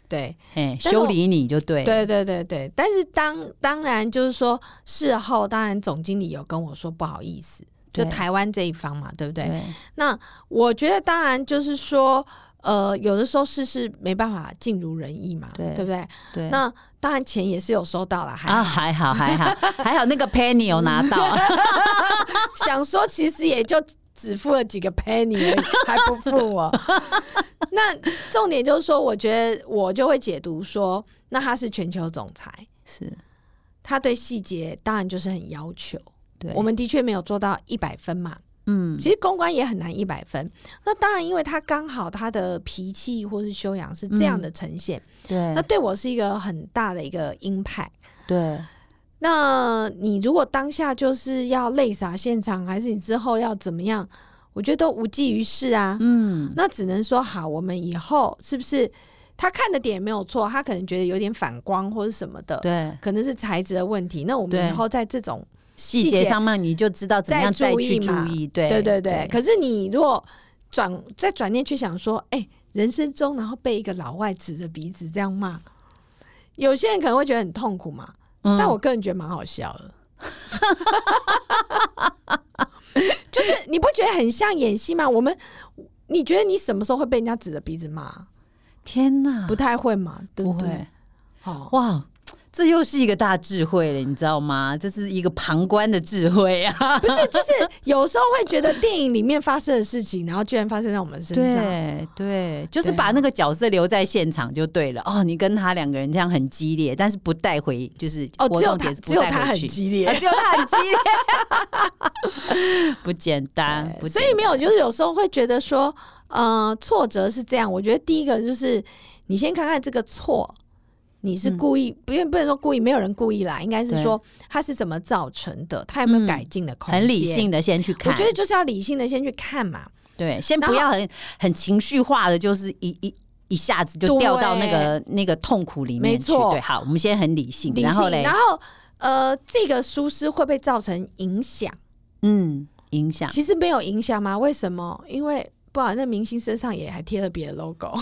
对。
哎
但是我
修理你就对，
对对对对，但是当当然就是说事后，当然总经理有跟我说不好意思，就
对
台湾这一方嘛，对不对？
对
那我觉得当然就是说，呃，有的时候事事没办法尽如人意嘛，
对
不对？
对。
那当然钱也是有收到了，还、
啊，还好还好还好，那个 Penny 有拿到啊，
<laughs> 想说其实也就。只付了几个 penny，而已还不付我。 <laughs> 那重点就是说，我觉得我就会解读说，那他是全球总裁，
是
他对细节当然就是很要求。
对，
我们的确没有做到一百分嘛。
嗯
其实公关也很难一百分。那当然，因为他刚好他的脾气或是修养是这样的呈现，
嗯对
那对我是一个很大的一个 impact。
对。
呃那你如果当下就是要泪洒现场，还是你之后要怎么样？我觉得都无济于事啊。
嗯，
那只能说好，我们以后是不是他看的点没有错，他可能觉得有点反光或者什么的，
对，
可能是材质的问题。那我们
对
以后在这种
细
细
节
节
上面你就知道怎么样
再
再
注
去
意
注
嘛
意，对
对对对。可是你如果转再转念去想说，哎、人生中然后被一个老外指着鼻子这样骂，有些人可能会觉得很痛苦嘛，
嗯
但我个人觉得蛮好笑的。 <laughs> 就是你不觉得很像演戏吗？我们，你觉得你什么时候会被人家指着鼻子骂？
天哪，
不太会嘛，对
啊不
对
会？ <laughs>
哦，
哇！这又是一个大智慧了，你知道吗？这是一个旁观的智慧
<laughs>
啊！
不是，就是有时候会觉得电影里面发生的事情，然后居然发生在我们身上。
对对，就是
对啊
把那个角色留在现场就对了。哦，你跟他两个人这样很激烈，但是不带回，就是
哦，
活
只有
动
他，
点是
只
不
有
带
他很
回去。
激烈
啊，只有他很激烈， <laughs> 不简单，不
对
简
所以没有，就是有时候会觉得说，呃，挫折是这样。我觉得第一个就是你先看看这个错，你是
嗯
故意，不用不能说故意，没有人故意啦，应该是
对
说它是怎么造成的，它有没有
嗯
改进的空间、
很理性，的先去
我
看，
觉得就是要理性的先去看嘛。
对，先
然
不
后
要很很情绪化的，就是一一。一下子就掉到那个那个痛苦里面去，
没错
对，好，我们先很理性，
理性，
然后嘞
然，后呃，这个疏失会不会造成影响？
嗯，影响，
其实没有影响吗？为什么？因为不好，那明星身上也还贴了别的 logo，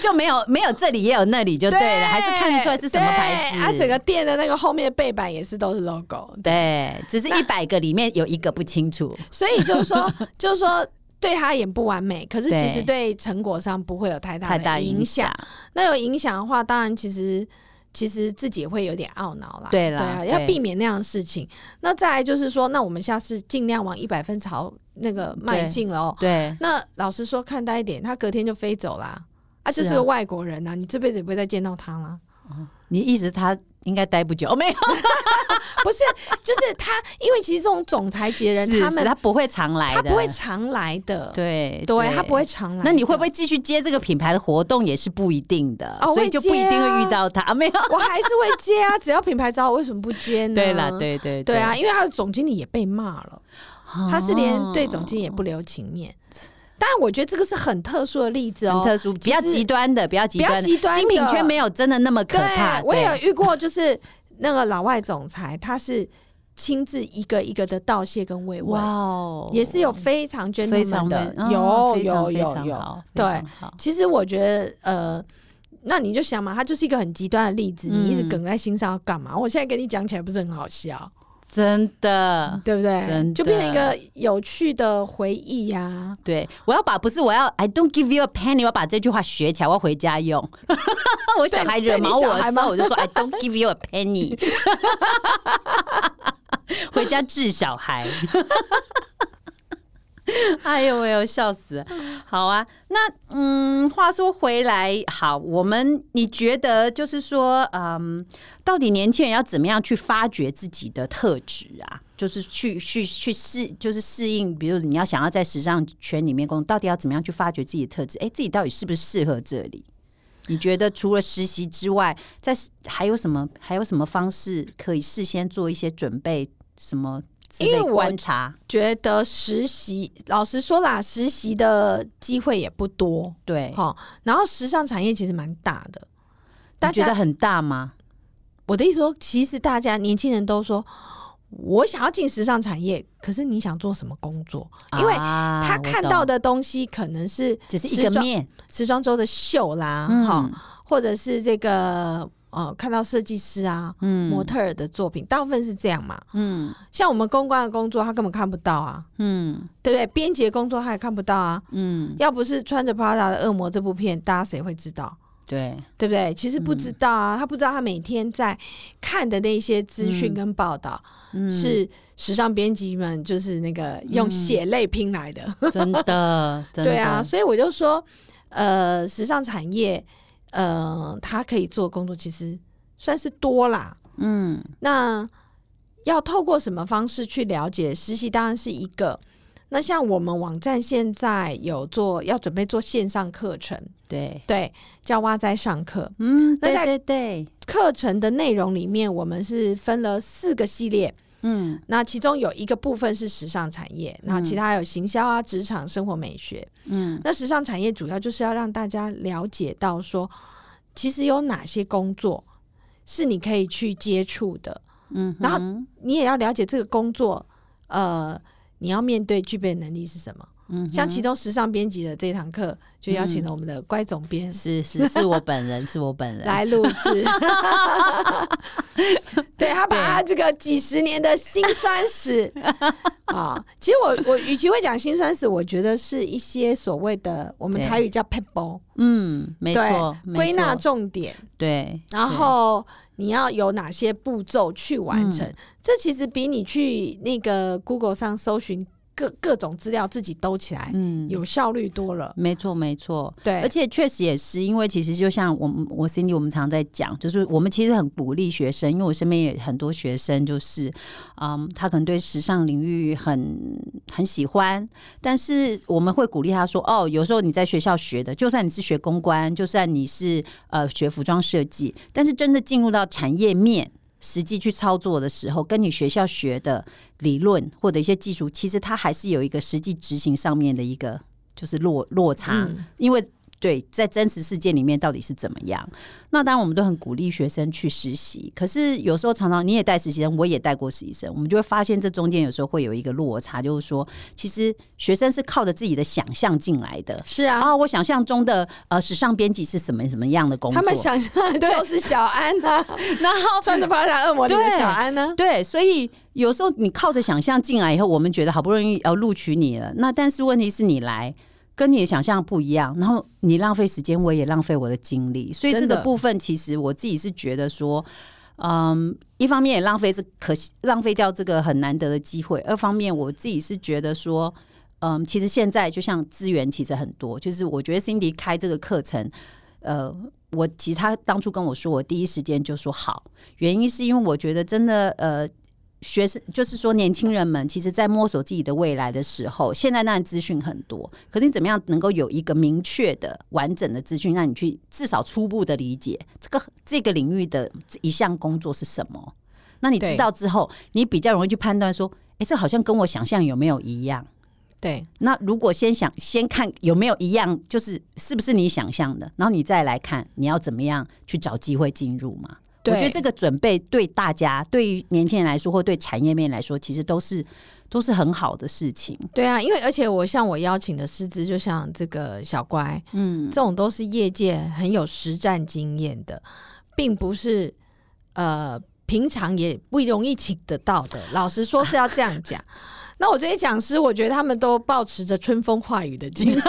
就没有没有这里也有那里就对了，还是看得出来是什么牌
对
子。
啊，整个店的那个后面的背板也是都是 logo，
对，只是一百个里面有一个不清楚，
所以就是说，
<laughs>
就是说。对他也不完美，可是其
对
实对成果上不会有太大
太大
的
影
响。
响。
那有影响的话，当然其实其实自己也会有点懊恼啦。
对啦
啊，
对
要避免那样的事情。那再来就是说，那我们下次尽量往一百分朝那个迈进了哦。
对，
那老实说，看淡一点，他隔天就飞走啦。啊，
是
就
啊
是个外国人呐、你这辈子也不会再见到他啦。
你意思他应该待不久，哦没有，
<laughs> 不是，就是他，因为其实这种总裁级的人，
是
他
是
们
他不会常来
他
的，
不会常来的，
对，
对他不会。常来。
那你会不？会继续接这个品牌的活动也是不一定的，
哦
所以
会
就不一
接
定
啊
会遇到他。 <laughs> 啊没有，
我还是会接啊，只要品牌找我，为什么不接呢？
对啦，对对
嗯
哦
对啊，，因为他的总经理也被骂了，他是连对总经理也不留情面。当然，我觉得这个是很特殊的例子
很
哦，
特殊，比较极端的，比较极
不要
端的。
极端的。
精品圈没有真的那么可
对
怕，，
我也
对 <laughs>
有遇过，就是那个老外总裁，他是亲自一个一个的道谢跟慰问
哇，哦，
也是有非常
非常
gentleman 的
美，哦
有
非常
有
非
有
常
有。
好非
对
常好
其实我觉得，呃。那你就想嘛，他就是一个很极端的例子，你一直
嗯
梗在心上要干嘛？我现在跟你讲起来不是很好笑？
真的。
对不
真
对？
的
就变成一个有趣的回忆啊呀、
对，我要把不是我要 I don't give you a penny，我要把这句话学起来，我要回家用。 <laughs> 我小孩惹毛我
对你小
的
孩
时
吗
候，我就说 I don't give you a
<laughs>
penny，回家治小孩。 <laughs> 哎呦喂呦，笑死了！好啊，那嗯，话说回来，好，我们你觉得就是说，嗯，到底年轻人要怎么样去发掘自己的特质啊？就是去去去适，就是适应，比如你要想要在时尚圈里面工作，到底要怎么样去发掘自己的特质？哎、自己到底是不是适合这里？你觉得除了实习之外，在还有什么还有什么方式可以事先做一些准备？什么之
因
类
为我
观察？
觉得实习，老实说啦，实习的机会也不多
对，
哈、然后时尚产业其实蛮大的，大
你觉得
家
很大吗？
我的意思说，其实大家年轻人都说，我想要进时尚产业，可是你想做什么工作？因为他
他
看到的东西可能是
啊只是一个
时装
面，
时装周的秀啦，哈、
嗯
或者是这个呃，看到设计师啊、
嗯
模特儿的作品，大部分是这样嘛。
嗯
像我们公关的工作，他根本看不到啊，
嗯
对不对？编辑的工作他也看不到啊。
嗯，
要不是穿着 Prada 的恶魔这部片，大家谁会知道？
对，
对不对？其实不知道
嗯
啊，他不知道他每天在看的那些资讯跟报道、
嗯，
是时尚编辑们就是那个用血泪拼来的，
嗯真
<laughs>
的，真的，
对啊。所以我就说，呃，时尚产业，呃，他可以做的工作其实算是多啦。
嗯
那要透过什么方式去了解？实习当然是一个。那像我们网站现在有做，要准备做线上课程，
对，
对，叫蛙仔上课。
嗯，
那
对
在
对对，
课程的内容里面，我们是分了四个系列，
嗯
那其中有一个部分是时尚产业，那其他还有行销啊、职场、生活美学。
嗯
那时尚产业主要就是要让大家了解到说，其实有哪些工作是你可以去接触的，
嗯，
然后
哼
你也要了解这个工作，呃，你要面对具备的能力是什么。
嗯哼嗯
像其中时尚编辑的这堂课，就邀请了我们的乖总编
是是是我本人， <laughs> 是我本人，
来录
<laughs>
制，对他把他这个几十年的辛酸
<laughs>
史啊，其实我我与其会讲辛酸史，我觉得是一些所谓的我们
对
台语叫 p e b b l
嗯，没
对
错，没
归纳
错
重点，
对，
然
对
后你要有哪
嗯
些步骤去完成？这其实比你去那个 Google 上搜寻各各种资料自己兜起来，
嗯，
有效率多了。
没错没错。
对，
而且确实也是，因为其实就像我们我 Cindy 我们常在讲，就是我们其实很鼓励学生，因为我身边也很多学生就是，嗯，他可能对时尚领域很很喜欢，但是我们会鼓励他说，哦，有时候你在学校学的，就算你是学公关，就算你是呃学服装设计，但是真的进入到产业面。实际去操作的时候，跟你学校学的理论或者一些技术，其实它还是有一个实际执行上面的一个就是落落差。
嗯
因为对在真实世界里面到底是怎么样？那当然我们都很鼓励学生去实习，可是有时候常常你也带实习生，我也带过实习生，我们就会发现这中间有时候会有一个落差，就是说其实学生是靠着自己的想象进来的。
是啊，
啊，我想象中的呃时尚编辑是什么什么样的工作？
他们想象的
对
就是小安呐、
然后
穿着巴达恶魔里的
对
小安啊呢、
对，所以有时候你靠着想象进来以后，我们觉得好不容易要录取你了，那但是问题是你来跟你的想象不一样，然后你浪费时间，我也浪费我的精力，所以这
真
个
的
部分其实我自己是觉得说。嗯，一方面也浪费这可惜浪费掉这个很难得的机会，二方面我自己是觉得说，嗯，其实现在就像资源其实很多，就是我觉得 Cindy 开这个课程，呃，我其实他当初跟我说，我第一时间就说好，原因是因为我觉得真的呃。学生就是说，年轻人们其实，在摸索自己的未来的时候，现在当然资讯很多，可是你怎么样能够有一个明确的、完整的资讯，让你去至少初步的理解这个这个领域的一项工作是什么？那你知
对
道之后，你比较容易去判断说，诶，这好像跟我想象有没有一样？
对，
那如果先想先看有没有一样，就是是不是你想象的，然后你再来看你要怎么样去找机会进入嘛？我
对
觉得这个准备对大家、对于年轻人来说，或对产业面来说，其实都是都是很好的事情。
对啊，因为而且我像我邀请的师资，就像这个小乖，
嗯
这种都是业界很有实战经验的，并不是呃平常也不容易请得到的。老实说是要这样讲。 <laughs> 那我这些讲师，我觉得他们都保持着春风化雨的精神，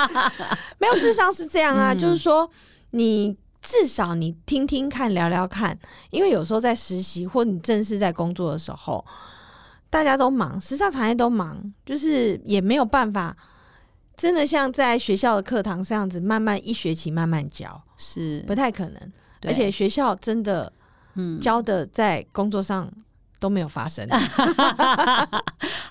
<laughs> 没有，事实上是这样啊，就是说你。至少你听听看，聊聊看，因为有时候在实习或你正式在工作的时候，大家都忙，时尚产业都忙，就是也没有办法真的像在学校的课堂这样子，慢慢一学期慢慢教，
是
不太可能。
对
而且学校真的
嗯，
教的在工作上都没有
<laughs>
发生。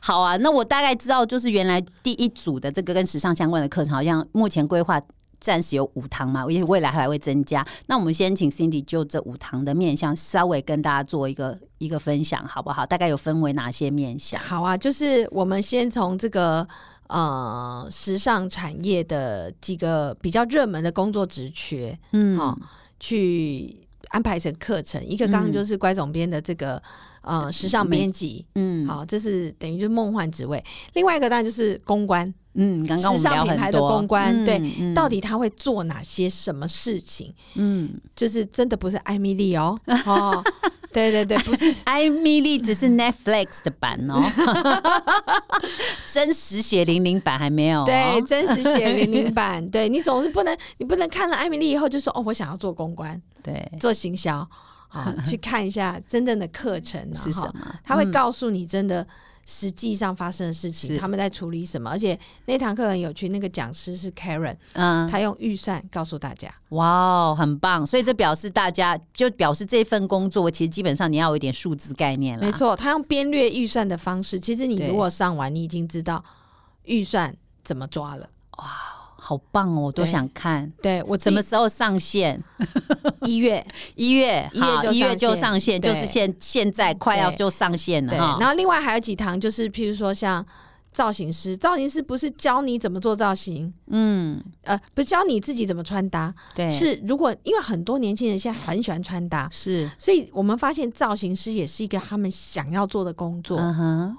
好啊。那我大概知道，就是原来第一组的这个跟时尚相关的课程，好像目前规划暂时有五堂嘛，因为未来还会增加。那我们先请 Cindy 就这五堂的面向稍微跟大家做一个一个分享，好不好？大概有分为哪些面向？
好啊，就是我们先从这个呃时尚产业的几个比较热门的工作职缺，
嗯
好、去安排成课程。一个刚刚
嗯
就是乖总编的这个呃时尚
没
编辑，
嗯，
好，这是等于就是梦幻职位。另外一个当然就是公关。
嗯，刚刚我
时
们
尚
聊
品
很
牌的
多
公关对，
嗯
到底他会做哪些什么事情？
嗯，
就是真的不是艾米
<laughs>
丽哦，哦，对对对，不是，
艾哎米丽只是 Netflix 的版
<laughs>
哦，真实血淋淋版还没有、哦，
对，真实血淋淋版，对你总是不能，你不能看了艾米丽以后就说哦，我想要做公关，
对
做行销，
<laughs>
啊，去看一下真正的课程啊
是什
哈
么？
他会告诉你真的实际上发生的事情，
是
他们在处理什么，而且那堂课很有趣，那个讲师是 Karen，
嗯，
他用预算告诉大家，
哇哦，很棒！所以这表示大家就表示这份工作，其实基本上你要有一点数字概念了，
没，错，他用编略预算的方式，其实你
对
如果上完，你已经知道预算怎么抓了。
好棒哦，我都
对
想看。
对我
什
怎
么
么
时候上线？
一
<laughs>
月？
一月，
一月
好
就
一月
上
就
线
上线，就是
对
现现在快要
对
就上线了
对，
哈。
然后另外还有几堂就是，譬如说像造型师，造型师不是教你怎么做造型，
嗯，
呃，不是教你自己怎么穿搭，
对，
是如果因为很多年轻人现在很喜欢穿搭，
是，
所以我们发现造型师也是一个他们想要做的工作。
嗯哼，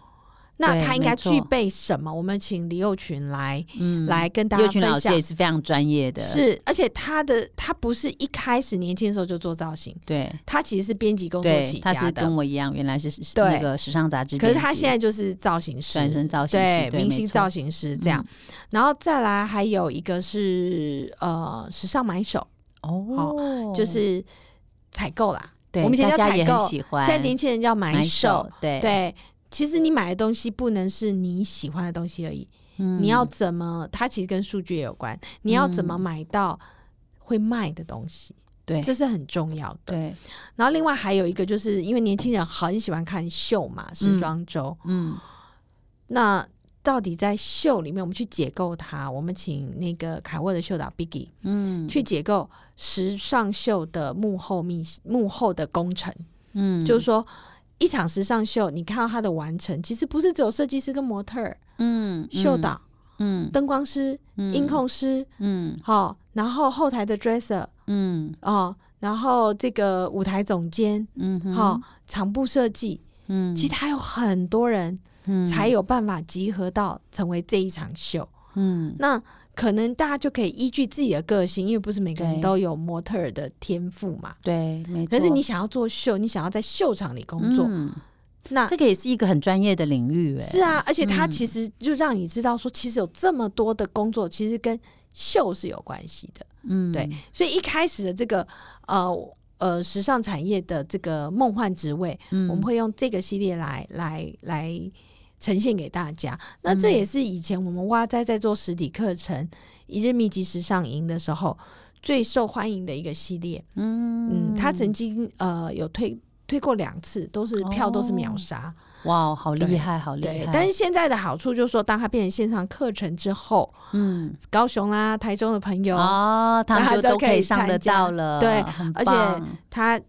那
对
他应该
没错
具备什么？我们请李幼群来、
嗯，
来跟大家
岳
分
群老师
享
也。是非常专业的，
是，而且他的他不是一开始年轻的时候就做造型，
对
他其实是编辑工作
对
起，
他
家
是
的
跟，我一样，原来是是
对
那个时尚杂志
可
编
是
辑，
他现在就是造型师，
转身造型
对
师，
明星造，型师这样。
嗯
然后再来还有一个是呃时尚买手，
没错哦
就是采购啦，
对
我们以前
大
叫
家
采
也很
购
喜欢，
现在年轻人叫买手，
对
对。其实你买的东西不能是你喜欢的东西而已，
嗯嗯
你要怎么？它其实跟数据也有关，你要怎么买到会卖的东西，
对
这是很重要的。
对，
然后另外还有一个，就是因为年轻人很喜欢看秀嘛，时装周。
嗯
那到底在秀里面，我们去解构它，我们请那个凯沃的秀导 Biggie
嗯
去解构时尚秀的幕后秘幕后的工程，
嗯，
就是说。一场时尚秀，你看到它的完成，其实不是只有设计师跟模特儿、
嗯
秀导、
嗯
灯光师、
嗯
音控师，
嗯
好、然后后台的 dresser
嗯
哦，然后这个舞台总监，
嗯哼
好、场布设计，
嗯
其实他有很多人
嗯
才有办法集合到成为这一场秀。
嗯
那可能大家就可以依据自己的个性，因为不是每个人
对
都有模特儿的天赋嘛。
对，没错。
可是你想要做秀，你想要在秀场里工作，
嗯
那
这个也是一个很专业的领域、哎，
是啊，而且他
嗯
其实就让你知道说，其实有这么多的工作，其实跟秀是有关系的。
嗯，
对，所以一开始的这个呃呃时尚产业的这个梦幻职位，
嗯
我们会用这个系列来来来呈现给大家。
嗯
那这也是以前我们哇哉在做实体课程一日密集时尚营的时候最受欢迎的一个系列。嗯，他曾经呃有推推过两次，都是票都是秒杀。
哇，哦好厉害，好哦厉
对
害，，
但是现在的好处就是说，当它变成线上课程之后，
嗯，
高雄啦、台中的朋友
哦，他
然后
们就
就
都
可
可
以
以上
参
得
加
到了，
对
很
而且
棒
它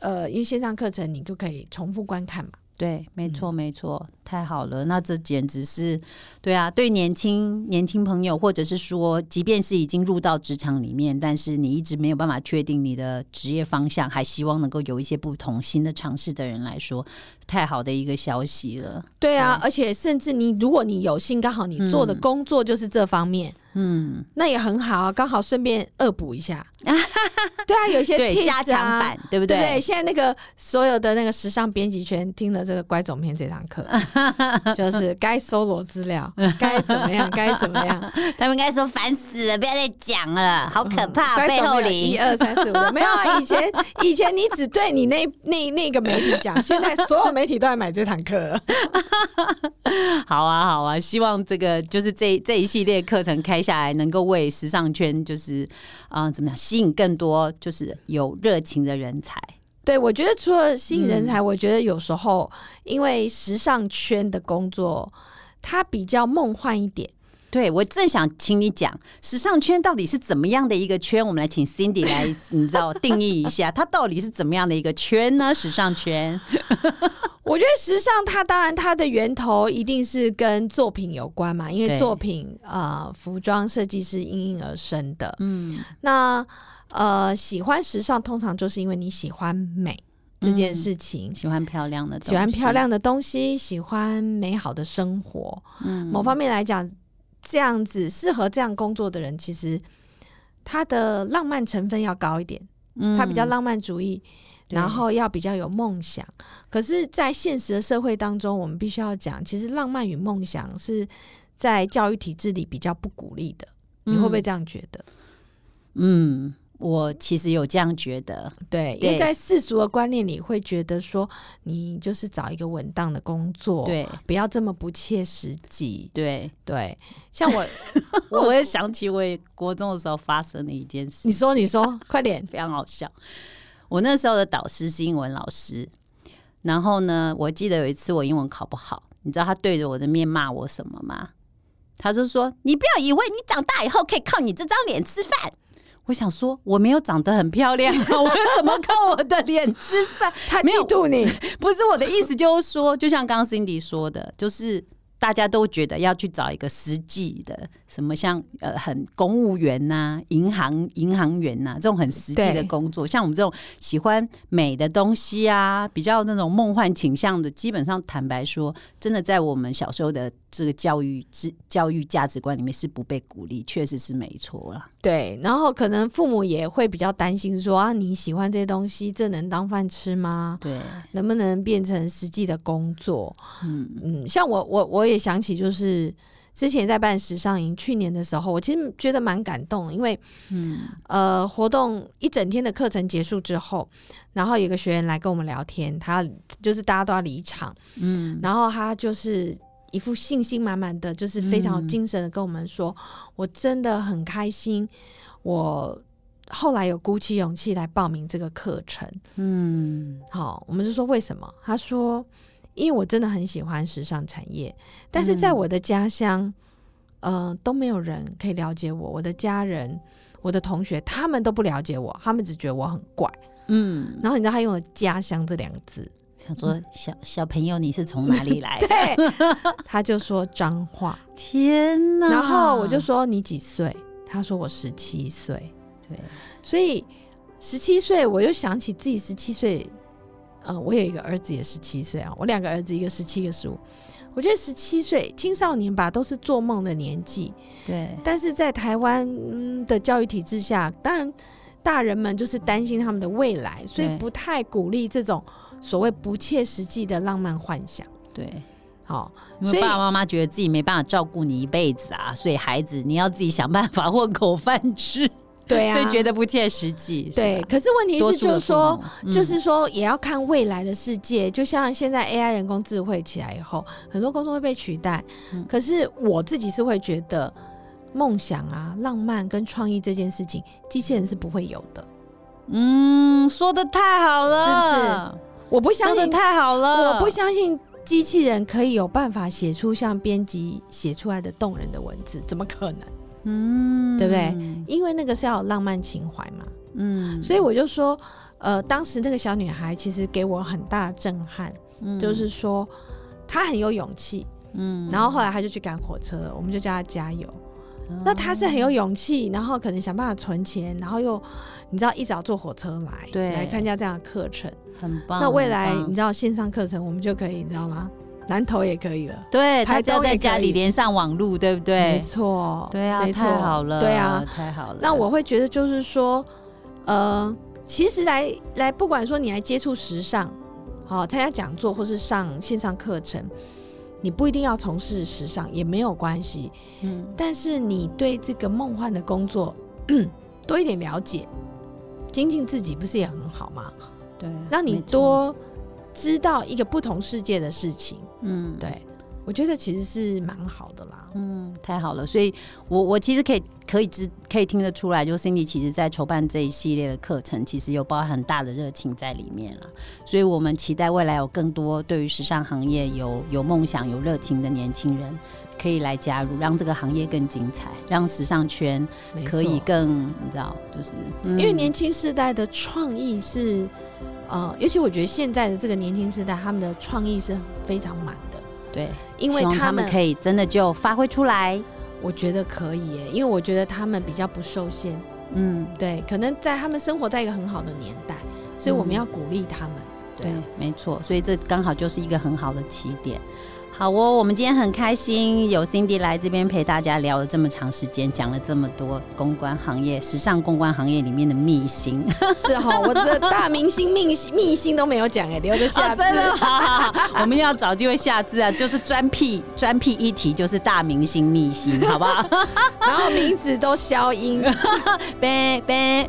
呃，因为线上课程你就可以重复观看嘛。
对，
嗯
没错，没错，太好了，那这简直是，对啊，对年轻年轻朋友，或者是说，即便是已经入到职场里面，但是你一直没有办法确定你的职业方向，还希望能够有一些不同新的尝试的人来说，太好的一个消息了，
对啊，而且甚至你如果你有幸刚好你做的
嗯
工作就是这方面，
嗯，
那也很好啊，刚好顺便恶补
<laughs>
一下。对啊，有一些 tips
对，加
啊
强版，对不
对不对？现在那个所有的那个时尚编辑圈听了这个乖总编这堂
<laughs>
课，就是该搜罗资料，该怎么样，该怎么样，
他们应该说烦死了，不要再讲了，好可怕，
乖
背
嗯总
后
没有一
灵。
二三四五，没有啊。以前以前你只对你那那那个媒体讲，现在所有媒体都在买这堂课。
好啊，好啊，希望这个就是这这一系列课程开下来，能够为时尚圈就是啊、呃怎么样吸引更多就是呃有热情的人才。
对，我觉得除了吸引人
嗯
才，我觉得有时候因为时尚圈的工作，它比较梦幻一点。
对，我正想请你讲时尚圈到底是怎么样的一个圈，我们来请 Cindy 来，你知道定义一下，它到底是怎么样的一个圈呢？时尚圈，
我觉得时尚它当然它的源头一定是跟作品有关嘛，因为
对
作品呃，服装设计师因应而生的。
嗯，
那呃，喜欢时尚通常就是因为你喜欢美这
嗯
件事情。
喜欢漂亮的，
喜欢漂，亮的东西，喜欢美好的生活。
嗯
某方面来讲，这样子适合这样工作的人，其实他的浪漫成分要高一点，
嗯
他比较浪漫主义，
对
然后要比较有梦想。可是，在现实的社会当中，我们必须要讲，其实浪漫与梦想是在教育体制里比较不鼓励的。你会不会这样觉得？
嗯，我其实有这样觉得，
对，因
对
为在世俗的观念里，会觉得说你就是找一个稳当的工作，，
对
不要这么不切实际。
对， <laughs>
对，像我， <laughs>
我也想起我也国中的时候发生的一件事，
你说，你说，快点，
非常好笑。我那时候的导师是英文老师，然后呢，我记得有一次我英文考不好，你知道他对着我的面骂我什么吗？他就说：“你不要以为你长大以后可以靠你这张脸吃饭。”我想说，我没有长得很漂亮啊，我又怎么靠我的脸吃饭？
他
没有
嫉
<laughs>
妒你。
不是我的意思，就是说， <laughs> 就像刚刚 Cindy 说的，就是大家都觉得要去找一个实际的，什么像呃，很公务员呐、银行银行员呐、这种很实际的
对
工作。像我们这种喜欢美的东西啊，比较那种梦幻倾向的，基本上坦白说，真的在我们小时候的这个教育之教育价值观里面是不被鼓励，确实是没错啊啦。
对，然后可能父母也会比较担心说啊，你喜欢这些东西，这能当饭吃吗？
对，
能不能变成实际的工作？
嗯
嗯，像我我我我也想起就是。之前在办时尚营，去年的时候，我其实觉得蛮感动的，因为
嗯
呃，活动一整天的课程结束之后，然后有个学员来跟我们聊天，他要就是大家都要离场，
嗯，
然后他就是一副信心满满的，就是非
嗯
常有精神的跟我们说：“我真的很开心，我后来有鼓起勇气来报名这个课程。
嗯” <laughs>
好，我们就说为什么？他说：“因为我真的很喜欢时尚产业，但是在我的家乡，呃，都没有人可以了解我，我的家人。”我的同学他们都不了解我，他们只觉得我很怪。
嗯，
然后你知道他用了“家乡”这两个字，
想说小小朋友你是从哪里来？
对， <laughs> 他就说脏话。
天哪！
然后我就说你几岁？他说我十七岁，
对，
所以十七岁我又想起自己十七岁，呃，我有一个儿子也十七岁啊，我两个儿子一个十七一个十五，我觉得十七岁青少年吧都是做梦的年纪，
对
但是在台湾、嗯、的教育体制下，当然大人们就是担心他们的未来，所以
对
不太鼓励这种所谓不切实际的浪漫幻想。
对，
好、
因
所
为
以
爸爸妈妈觉得自己没办法照顾你一辈子啊，所以孩子你要自己想办法混口饭吃，
对啊，
所以觉得不切实际。是吧
对。可是问题
多
是，
数
就是
的父
说。
母
就是说也要看未来的世界。就像现在 AI 人工智慧起来以后，很多工作会被取代。
嗯
可是我自己是会觉得，梦想啊、浪漫跟创意这件事情，机器人是不会有的。
嗯，说的太好了，
是我不
不
相
说的
信，
太好了，
我不相信。机器人可以有办法写出像编辑写出来的动人的文字，怎么可能？
嗯，
对不对？因为那个是要有浪漫情怀嘛。
嗯，
所以我就说，呃，当时那个小女孩其实给我很大的震撼。
嗯
就是说他很有勇气，
嗯
然后后来他就去赶火车了，我们就叫他加油。
哦
那他是很有勇气，然后可能想办法存钱，然后又你知道一早坐火车来，
对嗯
来参加这样的课程。
很棒。
那未
很
来
棒
你知道线上课程我们就可以，你知道吗？南投也可以了，
对，
台
他只要
东
在
也可
家
以
里连上网路，对不
没
对？
错，
对啊，
没错，
太好了，
对啊。
太好了。
那我会觉得就是说，呃，其实来来，不管说你来接触时尚，好、参加讲座或是上线上课程，你不一定要从事时尚也没有关系，
嗯，
但是你对这个梦幻的工作 <clears throat> 多一点了解，精进自己不是也很好吗？
对，
让你
没错
多知道一个不同世界的事情，
嗯，
对我觉得其实是蛮好的啦。
嗯，太好了，所以我我其实可以可以知可以听得出来，就 Cindy 其实在筹办这一系列的课程，其实有包含很大的热情在里面了。所以我们期待未来有更多对于时尚行业有有梦想、有热情的年轻人可以来加入，让这个行业更精彩，让时尚圈
没
可以
错
更你知道，就是、嗯
因为年轻世代的创意是，呃，尤其我觉得现在的这个年轻世代，他们的创意是非常满的，
对，
因为
希望
他
他
们
们可以真的就发挥出来。
我觉得可以耶，因为我觉得他们比较不受限，
嗯，
对，可能在他们生活在一个很好的年代，所
嗯
以我们要鼓励他们。 <laughs>
对，没错，所以这刚好就是一个很好的起点。好哦，我们今天很开心有 Cindy 来这边陪大家聊了这么长时间，讲了这么多公关行业、时尚公关行业里面的秘
<laughs>
辛。啊
是哈，我的大明星秘辛秘辛都没有讲哎，留着下次。
哦真的 <laughs> 吗？好好好，我们要找机会下次啊，就是专辟专辟一题，就是大明星秘辛，好不好？
然后名字都消音，
呗呗。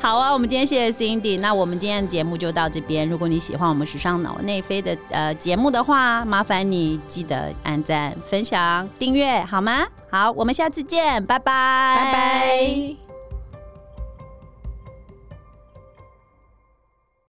好啊，我们今天谢谢 Cindy，那我们今天的节目就到这边。如果你喜欢我们时尚脑内飞的呃节目的话，麻烦你记得按赞、分享、订阅，好吗？好，我们下次见，拜拜，
拜拜。